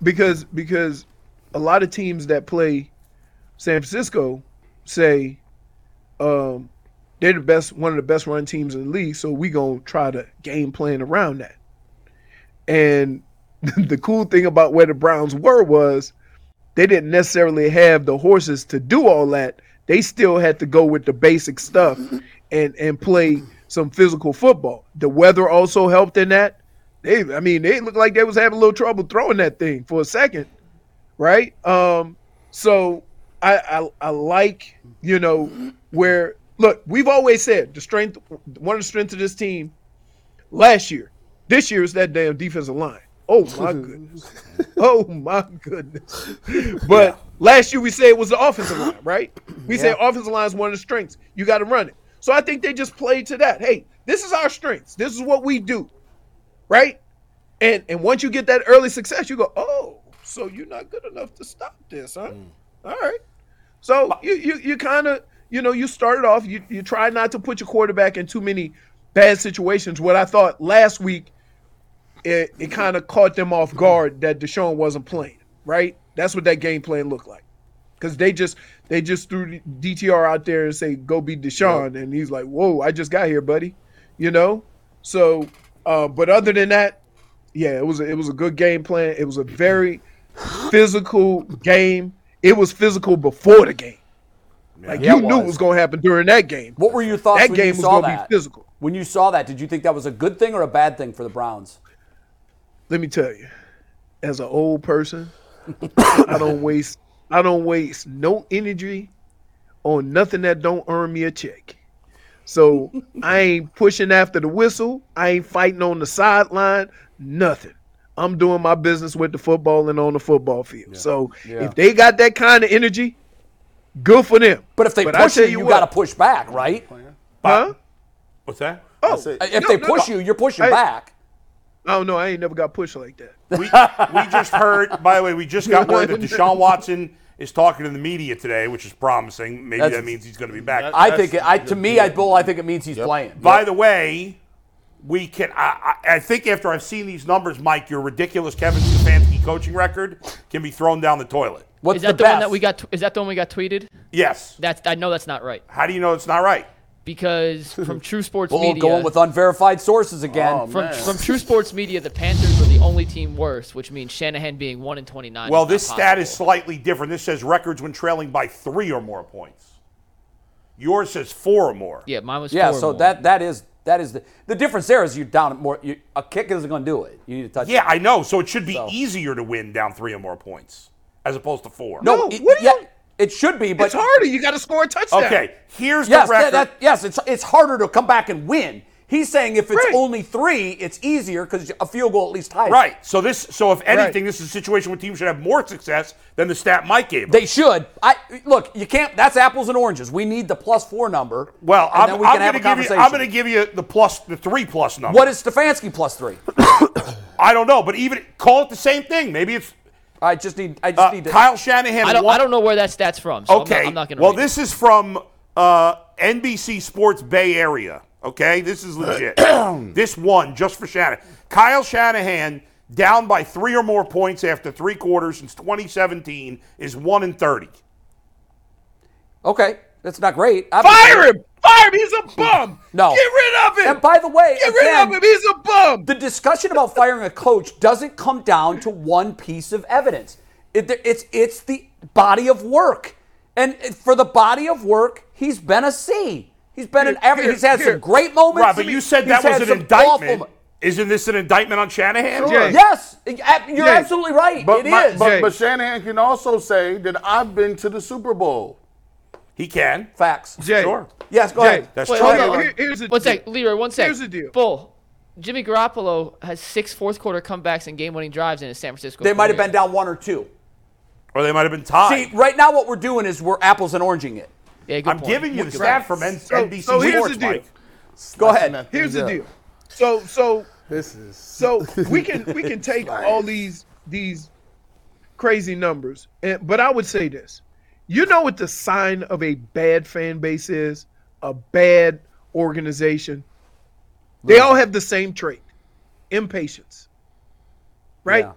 G: because because a lot of teams that play San Francisco say um, they're the best one of the best run teams in the league, so we gonna try to game plan around that. And [LAUGHS] the cool thing about where the Browns were was they didn't necessarily have the horses to do all that. They still had to go with the basic stuff and and play some physical football. The weather also helped in that. They, I mean, they looked like they was having a little trouble throwing that thing for a second, right? Um, so I, I I like you know where look we've always said the strength one of the strengths of this team last year, this year is that damn defensive line. Oh my goodness. [LAUGHS] Oh my goodness. But last year we said it was the offensive line, right? We said offensive line is one of the strengths. You got to run it. So I think they just played to that. Hey, this is our strengths. This is what we do. Right? And and once you get that early success, you go, "Oh, so you're not good enough to stop this, huh?" All right. So you you you kind of you know you started off you you try not to put your quarterback in too many bad situations. What I thought last week it, it kind of caught them off guard that Deshaun wasn't playing, right? That's what that game plan looked like. Because they just they just threw DTR out there and say go beat Deshaun, and he's like, "Whoa, I just got here, buddy," you know. So, uh, but other than that, yeah, it was a, it was a good game plan. It was a very physical game. It was physical before the game. Like
B: Yeah,
G: you
B: it
G: knew
B: was.
G: it was gonna happen during that game.
B: What were your thoughts
G: That
B: when
G: game
B: you
G: was
B: saw
G: gonna be
B: that?
G: physical.
B: When you saw that, did you think that was a good thing or a bad thing for the Browns?
G: let me tell you, as an old person, I don't waste I don't waste no energy on nothing that don't earn me a check. So I ain't pushing after the whistle. I ain't fighting on the sideline. Nothing. I'm doing my business with the football and on the football field. So if they got that kind of energy, good for them.
B: But if they
G: But I
B: push
G: tell
B: you,
G: you
B: you
G: what.
B: got to push back, right?
G: huh?
D: What's that?
E: Oh,
B: If
G: No,
B: they
G: no,
B: push
G: no.
B: you, you're pushing
G: Hey.
B: back.
G: I don't know. I ain't never got pushed like that.
D: [LAUGHS] We, we just heard. By the way, we just got word that Deshaun Watson is talking to the media today, which is promising. Maybe
B: That's-
D: that means he's going to be back.
B: I think it, I to me, I Bull, I think it means he's playing.
D: By the way, we can. I, I I think after I've seen these numbers, Mike, your ridiculous Kevin Stefanski coaching record can be thrown down the toilet.
B: What's
F: Is that
B: the
F: the,
B: best?
F: one that we got? Tw- is that the one we got tweeted?
D: Yes.
F: That's I know that's not right
D: How do you know it's not right?
B: [LAUGHS]
F: because from True Sports
B: Bull
F: Media,
B: going with unverified sources again.
D: Oh,
F: from, from True Sports Media, the Panthers were the only team worse, which means Shanahan being one in twenty nine.
D: Well, this stat is slightly different. This says records when trailing by three or more points. Yours says four or more.
F: yeah, mine was
B: yeah,
F: four or
B: so
F: more.
B: that that is that is the, the difference. There is you're down at more. You, a kick isn't going to do it. You need to touch.
D: Yeah, I know. So it should be easier to win down three or more points as opposed to four.
B: No,
G: No,
B: it,
G: what do
B: yeah,
G: you-
B: it should be, but
G: It's harder. You got to score a touchdown.
D: Okay, here's
B: Yes,
D: the record.
B: that, that, yes, it's it's harder to come back and win. He's saying if it's
G: Right.
B: only three, it's easier because a field goal at least higher.
D: right. So this. So if anything, this is a situation where teams should have more success than the stat Mike gave. us.
B: They should. I look. You can't. That's apples and oranges. We need the plus four number.
D: well,
B: and
D: I'm,
B: then we
D: I'm
B: can have a
D: gonna give you.
B: conversation.
D: I'm going to give you the plus, the three plus number.
B: What is Stefanski plus three?
D: I don't know, but even call it the same thing. Maybe it's
B: I just need. I just
D: uh,
B: need to.
D: Kyle Shanahan.
F: I don't,
D: won-
F: I don't know where that stat's from. So
D: Okay.
F: I'm not, I'm not gonna.
D: well,
F: read it.
D: this is from uh, NBC Sports Bay Area. Okay, this is legit. this one just for Shanahan. Kyle Shanahan down by three or more points after three quarters since 2017 is one in 30.
B: Okay, that's not great. Obviously.
G: Fire him! Fire him! He's a bum!
B: [LAUGHS] No.
G: Get rid of him!
B: And by the way,
G: Get rid
B: again,
G: of him! He's a bum!
B: the [LAUGHS] discussion about firing a coach doesn't come down to one piece of evidence. It- it's it's the body of work, and for the body of work, he's been a C. He's been an average.
G: here,
B: He's had
G: here.
B: some great moments.
D: Right, but you said
B: He's
D: that
B: had
D: was an
B: some awful
D: indictment.
B: mo-
D: Isn't this an indictment on Shanahan?
E: Sure.
B: Yes, it- ab- you're
G: Yeah.
B: absolutely right.
E: But,
B: It
E: my-
B: is
E: but,
G: Jay.
E: but Shanahan can also say that I've been to the Super Bowl.
D: He can.
B: facts.
G: Jay,
D: Sure.
B: Yes, go
G: Jay,
B: ahead.
D: That's
F: Wait,
D: true.
G: hold
F: Hey,
G: on.
F: Leroy.
G: Here- here's the
F: One sec,
G: deal.
F: Leroy. One sec.
G: Here's the deal.
F: Bull. Jimmy Garoppolo has six fourth quarter comebacks and game winning drives in his San Francisco.
B: They might have
F: career.
B: been down one or two.
D: Or they might have been tied.
B: See, right now what we're doing is we're apples and oranging it.
F: Yeah, good
D: I'm
F: point.
D: giving you the stat from N-
G: So-
D: NBC
G: so here's
D: Sports,
G: the deal.
D: Mike.
B: Go ahead.
E: Nothing
G: Here's the
E: else.
G: deal. So so
C: This
B: [LAUGHS]
C: is
G: so we can we can take all these these crazy numbers, and, but I would say this: you know what the sign of a bad fan base is? A bad organization. They all have the same trait: impatience. Right.
B: Yeah.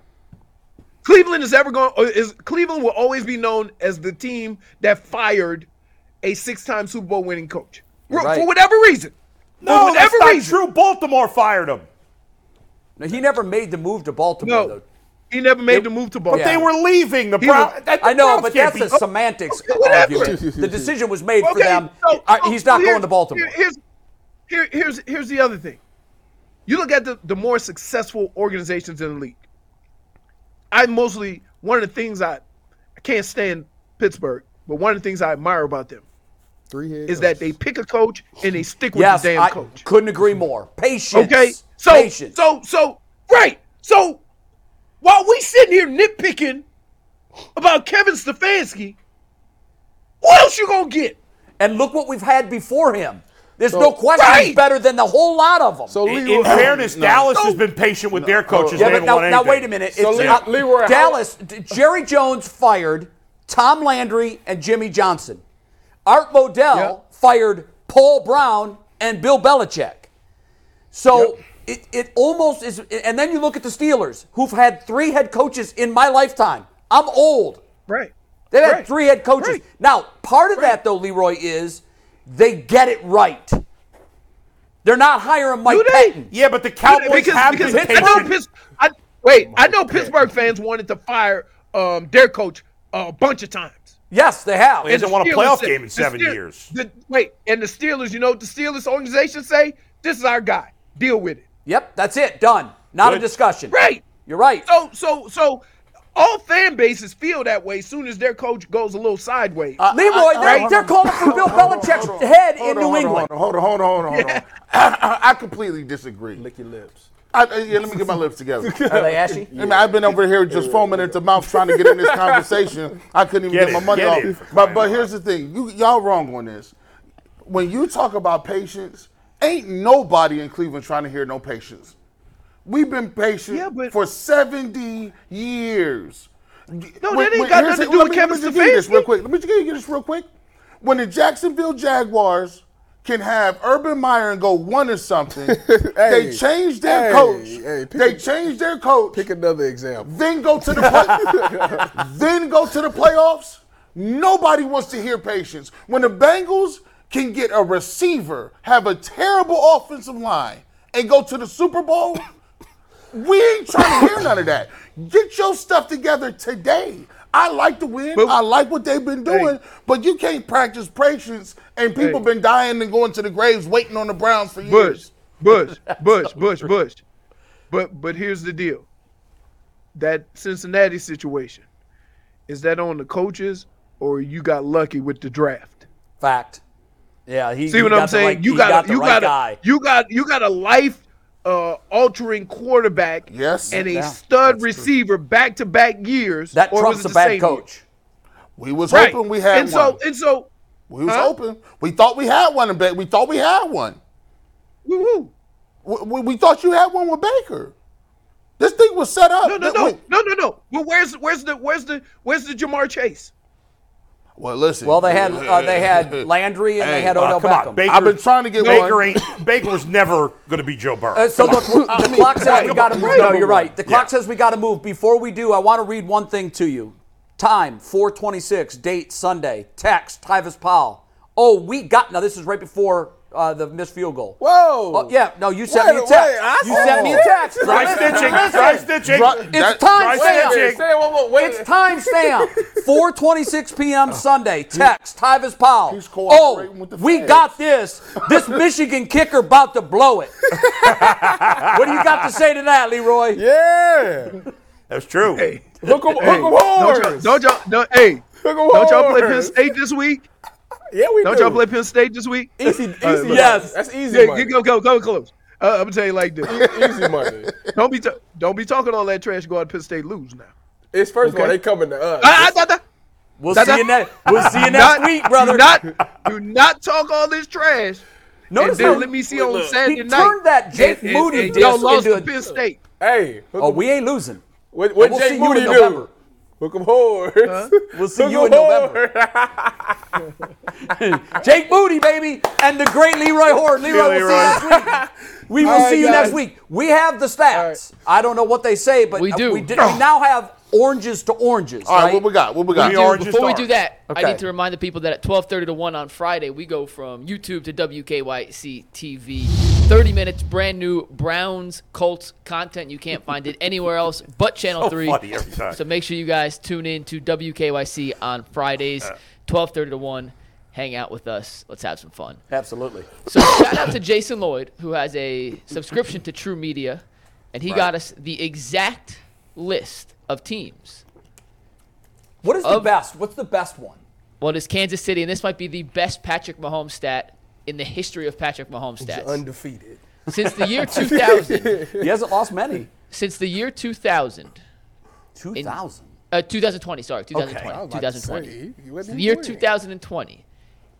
G: Cleveland is ever going or is Cleveland will always be known as the team that fired a six-time Super Bowl winning coach for,
B: Right.
G: for whatever reason.
D: No,
G: for
D: that's
G: whatever
D: not
G: reason.
D: true. Baltimore fired him.
B: Now, he never made the move to Baltimore.
G: No,
B: though.
G: he never made the move to Baltimore.
D: They were leaving the
G: He
D: Browns.
G: was-
B: I know, but that's a semantics
G: okay, whatever.
B: argument. The decision was made for them.
G: so-
B: Uh,
G: so
B: he's not
G: here's-
B: going to Baltimore.
G: here- here's, here- here's, here's the other thing. You look at the, the more successful organizations in the league. I mostly, one of the things I, I can't stand Pittsburgh, but one of the things I admire about them
C: three heads.
G: is that they pick a coach and they stick with
B: Yes,
G: the damn
B: I
G: coach.
B: couldn't agree more. Patience.
G: Okay? So,
B: Patience.
G: so, so, right. So, while we sitting here nitpicking about Kevin Stefanski, what else you gonna get?
B: and look what we've had before him. There's no question he's
G: Right.
B: better than the whole lot of them.
C: so
D: [LAUGHS] In,
C: Leroy,
D: in fairness, Dallas has been patient with their coaches.
B: yeah,
D: they
B: but
D: haven't
B: now,
D: won
B: now
D: anything.
B: wait a minute.
C: So
B: It's
C: Le-
B: not-
C: Leroy, how-
B: Dallas, D- Jerry Jones fired Tom Landry and Jimmy Johnson. Art Modell fired Paul Brown and Bill Belichick. So it, it almost is. And then you look at the Steelers, who've had three head coaches in my lifetime. I'm old.
G: Right.
B: They've had
G: Right.
B: three head coaches.
G: Right.
B: Now, part of that, though, Leroy, is they get it right. They're not hiring Mike
G: they?
B: Patton.
D: Yeah, but the Cowboys
G: because,
D: have
G: because
D: been
G: I know
D: patient.
G: Pitts, I, wait, I know Pittsburgh fans wanted to fire um, their coach a bunch of times.
B: Yes, they have.
D: Is Hasn't it-
G: the
D: won a
G: Steelers
D: playoff
G: said-
D: game in
G: the
D: seven
G: Steel-
D: years.
G: the- wait, and the Steelers, you know what the Steelers organization say? This is our guy. Deal with it.
B: Yep, that's it. Done. Not a
D: Good.
B: discussion.
G: Right.
B: You're right.
G: So so so all fan bases feel that way as soon as their coach goes a little sideways.
B: Leroy,
E: I- I-
B: they're,
E: hold
B: they're
E: on.
B: calling for [LAUGHS] Bill
E: Hold on,
B: Belichick's
E: hold on,
B: head
E: hold
B: in
E: on,
B: New
E: hold on,
B: England.
E: Hold on, hold on, hold on, hold on. [LAUGHS] I completely disagree.
C: lick your lips.
E: I, uh, yeah, let me get my
C: [LAUGHS]
E: lips together.
B: Are they ashy?
E: I mean, I've been over here just foaming at the mouth trying to
C: [LAUGHS]
E: get in this conversation. I couldn't even
D: Get
E: get, my
D: it,
E: money
D: get
E: off.
D: it, for
E: But
D: crying
E: but
D: out
E: here's the thing, you y'all wrong on this. When you talk about patience, ain't nobody in Cleveland trying to hear no patience. We've been patient
G: Yeah, but-
E: for 70 years. No,
G: that ain't got nothing to do with Kevin
E: Let me give you this
G: Stefanski.
E: real quick. Let me just give you this real quick. When the Jacksonville Jaguars can have Urban Meyer and go one or something,
C: [LAUGHS] Hey,
E: they change their
C: hey,
E: coach.
C: hey, pick
E: they
C: a-
E: change their coach
C: Pick another
E: [LAUGHS]
C: example.
E: then go to the
G: [LAUGHS]
E: play- then go to the playoffs. Nobody wants to hear patience. When the Bengals can get a receiver, have a terrible offensive line, and go to the Super Bowl, we ain't trying to hear none of that. Get your stuff together today. I like to win. I like what they've been doing, but you can't practice patience and people
G: Hey.
E: been dying and going to the graves waiting on the Browns for
G: Bush,
B: [LAUGHS]
E: years.
G: Bush, Bush, Bush, Bush. But but here's the deal. That Cincinnati situation, is that on the coaches or you got lucky with the draft?
B: Fact. Yeah, he.
G: See
B: he
G: what
B: got
G: I'm
B: the
G: saying?
B: right-
G: you
B: he
G: got, a,
B: the
G: you
B: right
G: got a,
B: guy.
G: you got you got a life uh, altering quarterback
E: Yes.
G: and a
E: Yeah,
G: stud receiver back to back years.
B: that
G: or was
B: trumps
G: it
B: a
G: the
B: bad
G: same year?
B: coach.
E: We was
G: Right.
E: hoping we had
G: and
E: one.
G: so and so
E: we was
G: Huh?
E: hoping. We thought we had one in bet. We thought we had one.
G: woo woo.
E: We, we, we thought you had one with Baker. This thing was set up.
G: No, no,
E: Th-
G: no,
E: wait,
G: no, no, no. Well, where's where's the where's the where's the Jamar Chase?
E: Well, listen.
B: Well, they had uh, they
E: [LAUGHS]
B: had Landry and they had
D: Uh,
B: Odell
D: come
B: Beckham.
D: on, Baker.
E: I've been trying to get
D: Baker
E: one.
D: ain't Baker was never going to be Joe Burrow.
B: Uh, so look, we're-
C: [LAUGHS]
B: the clock says we got to move. No,
D: Number
B: you're right.
D: one.
B: The clock
D: Yeah.
B: says we got to move. Before we do, I want to read one thing to you. Time 4:26, date Sunday. Text Tyvis Powell. Oh, we got now. This is right before uh, the missed field goal.
C: Whoa.
B: Oh, yeah, no, you sent
C: Wait,
B: me a text.
C: wait, I
B: you
C: saw
B: sent me a
C: it.
B: text.
D: [LAUGHS] Dry
B: Listen,
D: snitching.
B: listen.
D: Dry snitching.
E: that-
B: It's time
D: dry
B: stamp.
D: snitching.
C: Say it one more. Wait.
B: It's time [LAUGHS] stamp. 4:26 p.m. Sunday. Text Tyvis Powell.
E: He's cooperating
B: oh,
E: with the
B: we
E: feds.
B: got this. This Michigan kicker about to blow it. what do you got to say to that, Leroy?
C: yeah.
D: That's true.
C: Hook 'em, hook 'em
G: Hey, don't y'all,
C: horns.
G: don't y'all, don't, hey,
C: Hook 'em
G: don't y'all play Penn
C: horns.
G: State this week?
C: Yeah, we
G: Don't
C: do.
G: y'all play Penn State this week?
C: easy, easy. money.
B: yes.
C: that's easy
G: [LAUGHS] Yeah,
C: money.
G: you go, go, go close. Uh, I'm gonna tell you like this.
B: [LAUGHS]
C: easy money.
G: Don't be, ta- don't be talking all that trash. Go out Penn State lose now.
C: It's first of all they coming to us.
G: Ah, ah, ah, ah.
B: We'll
G: That-
B: see you
G: that-
B: next. We'll [LAUGHS] see you
G: Not-
B: next week, brother.
G: Do not, do not talk all this trash.
B: Notice
G: and then
B: how-
G: let me see on Saturday
B: he
G: night.
B: turned that Jake
G: and,
B: Moody
G: and, and y'all
B: disc
G: lost
B: into
G: to
B: a-
G: Penn State.
C: hey, hook
B: Oh,
C: 'em-
B: we ain't losing.
C: what, what
B: we'll see
C: Jake
B: you in
C: Moody do?
B: November.
C: Hook 'em horns.
B: We'll see
C: Hook
B: you in
C: 'em
B: November.
C: horns.
B: Jake Moody, baby, and the great Leroy Horn. Leroy, we'll see you next week. We will
C: right,
B: see you
C: guys.
B: next week. We have the stats. I don't know what they say, but uh,
F: We do.
B: We, did, we now have oranges to oranges.
E: All right,
B: right?
E: what we got? What we
D: We
E: got?
D: are-
F: Dude,
D: Orange is
F: before we
D: orange.
F: do that,
E: Okay.
F: I need to remind the people that at 12:30 to 1 on Friday, we go from YouTube to WKYC TV. 30 minutes, brand new Browns Colts content. You can't
D: [LAUGHS]
F: find it anywhere else but Channel
D: So
F: 3.
D: funny every time.
F: So make sure you guys tune in to WKYC on Fridays, 12:30 to 1. Hang out with us. Let's have some fun.
B: Absolutely.
F: So [COUGHS] shout out to Jason Lloyd, who has a subscription to True Media, and he got us the exact list of teams.
B: What is the
F: Of-
B: best? What's the best one?
F: Well, it is Kansas City, and this might be the best Patrick Mahomes stat in the history of Patrick Mahomes stats.
C: Undefeated.
F: Since
C: [LAUGHS]
F: the year 2000,
B: He hasn't lost
F: [LAUGHS]
B: many.
F: since the year 2000,
B: Two thousand.
F: uh, 2020, sorry, 2020,
C: I was about to
F: 2020.
C: say, he- he wasn't
F: the year
C: even playing.
F: 2020,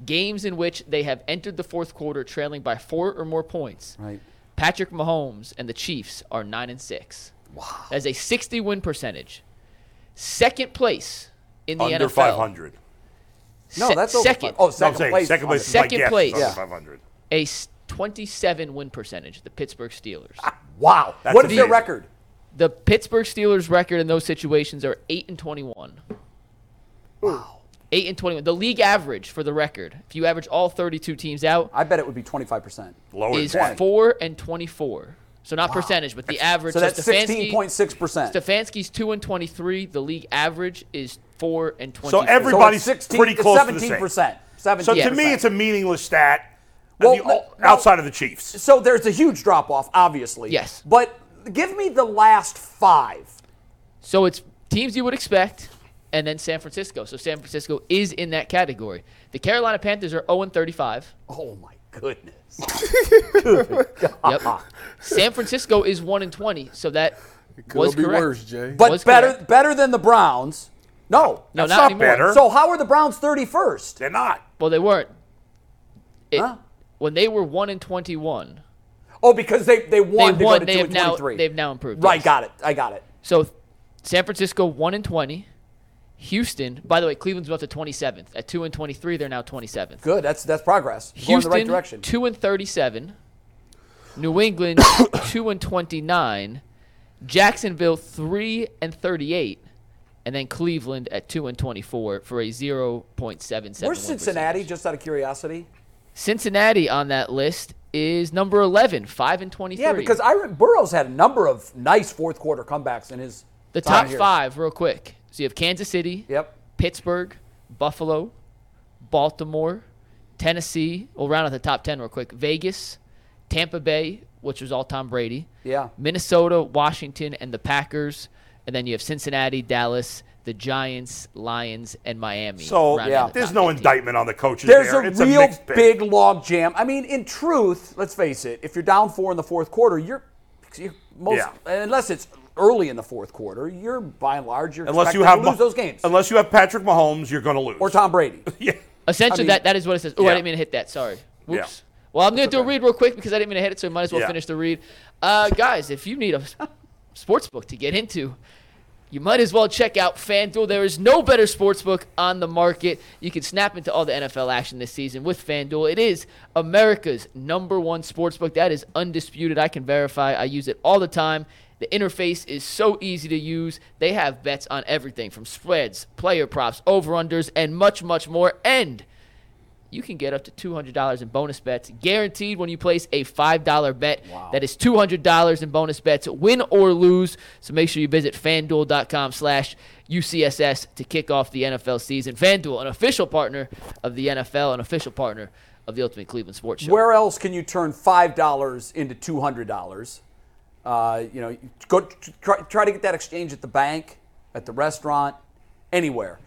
F: games in which they have entered the fourth quarter trailing by four or more points.
B: Right.
F: Patrick Mahomes and the Chiefs are nine and six. Wow. That's a 60 win percentage. Second place in the
D: Under
F: NFL.
D: 500.
B: No,
F: Se-
B: that's over
F: second.
B: five- Oh,
D: No, I'm
B: second
D: saying
B: place.
D: second place.
F: Second
D: is my
F: place.
D: Guess, is
B: Yeah.
D: under 500.
F: a s- 27 win percentage, the Pittsburgh Steelers.
B: Wow.
D: That's
B: what is their
D: amazing.
B: record?
F: The Pittsburgh Steelers record in those situations are 8 and 21. Wow. 8 and 21. The league average for the record, if you average all 32 teams out,
B: I bet it would be twenty-five percent.
D: Lower
F: is
D: than that.
F: 4 and 24. So not percentage, but the average.
B: So that's
F: Stefanski-
B: sixteen point six percent.
F: Stefanski's 2 and 23. The league average is 4 and 24.
D: So
B: So
D: everybody's
B: it's 16,
D: pretty
B: it's
D: close to the same.
B: 17%. 17%.
D: So to me, it's a meaningless stat.
B: Well,
D: I mean, all-
B: no-
D: outside of the Chiefs.
B: So there's a huge drop off, obviously.
F: Yes.
B: But give me the last five.
F: So it's teams you would expect, and then San Francisco. So San Francisco is in that category. The Carolina Panthers are 0 and 35.
B: Oh my goodness.
F: Yep. San Francisco is 1 and 20. So that
C: Could
F: was
C: be
F: correct.
C: worse, Jay.
B: But
F: Was
B: better
F: correct.
B: better than the Browns. No.
F: No,
D: That's
F: not,
D: not
F: anymore.
D: better.
B: So how are the Browns 31st?
D: They're not.
F: Well, they weren't. It-
B: Huh?
F: When they were 1 and 21,
B: Oh, because they they
F: they
B: won to go
F: won.
B: to
F: They
B: 2
F: have
B: and
F: now
B: 23.
F: they've now improved.
B: right,
F: yes.
B: got it. I got it.
F: So San Francisco 1 and 20. Houston, by the way, Cleveland's up to 27th. At 2 and 23, they're now 27th.
B: Good. That's that's progress. Going
F: Houston
B: in the right direction.
F: two and thirty-seven.
B: [COUGHS]
F: New England two and twenty-nine. Jacksonville three and thirty-eight, and then Cleveland at two and twenty-four for a zero point seven seven.
B: Where's Cincinnati just out of curiosity?
F: Cincinnati on that list is number eleven, five and twenty-three.
B: Yeah, because I re- Burrow's had a number of nice fourth quarter comebacks in his
F: the
B: time
F: top
B: here.
F: five, real quick. So you have Kansas City,
B: Yep.
F: Pittsburgh, Buffalo, Baltimore, Tennessee. We'll round out the top 10 real quick. Vegas, Tampa Bay, which was all Tom Brady.
B: Yeah.
F: Minnesota, Washington, and the Packers. And then you have Cincinnati, Dallas, the Giants, Lions, and Miami.
D: So
F: rounding
B: yeah.
F: the
D: there's
F: top
D: no
F: 15.
D: indictment on the coaches.
B: There's
D: there.
B: a
D: it's
B: real
D: mixed bag.
B: big log jam. I mean, in truth, let's face it, if you're down four in the fourth quarter, you're, you're most
D: Yeah.
B: unless it's early in the fourth quarter, you're by and large you're
D: Unless you
B: expected
D: have
B: to lose
D: Mah-
B: those games
D: Unless you have Patrick Mahomes, you're going to lose. [LAUGHS]
B: or Tom Brady.
D: Yeah.
F: Essentially,
B: I mean-
F: that, that is what it says. Oh,
D: Yeah.
F: I didn't mean to hit that. Sorry.
D: Yeah.
F: Whoops. Well, I'm going to do a read real quick because I didn't mean to hit it, so we might as well
D: Yeah.
F: finish the read. Uh, guys, if you need a s- sports book to get into, you might as well check out FanDuel. There is no better sportsbook on the market. You can snap into all the NFL action this season with FanDuel. It is America's number one sportsbook. That is undisputed. I can verify. I use it all the time. The interface is so easy to use. They have bets on everything from spreads, player props, over-unders, and much, much more. And you can get up to $200 in bonus bets guaranteed when you place a $5 bet. That is $200 in bonus bets, win or lose. So make sure you visit fanduel.com slash UCSS to kick off the NFL season. FanDuel, an official partner of the NFL, an official partner of the Ultimate Cleveland Sports Show.
B: Where else can you turn five dollars into two hundred dollars? Uh, you know, go try, try to get that exchange at the bank, at the restaurant, anywhere.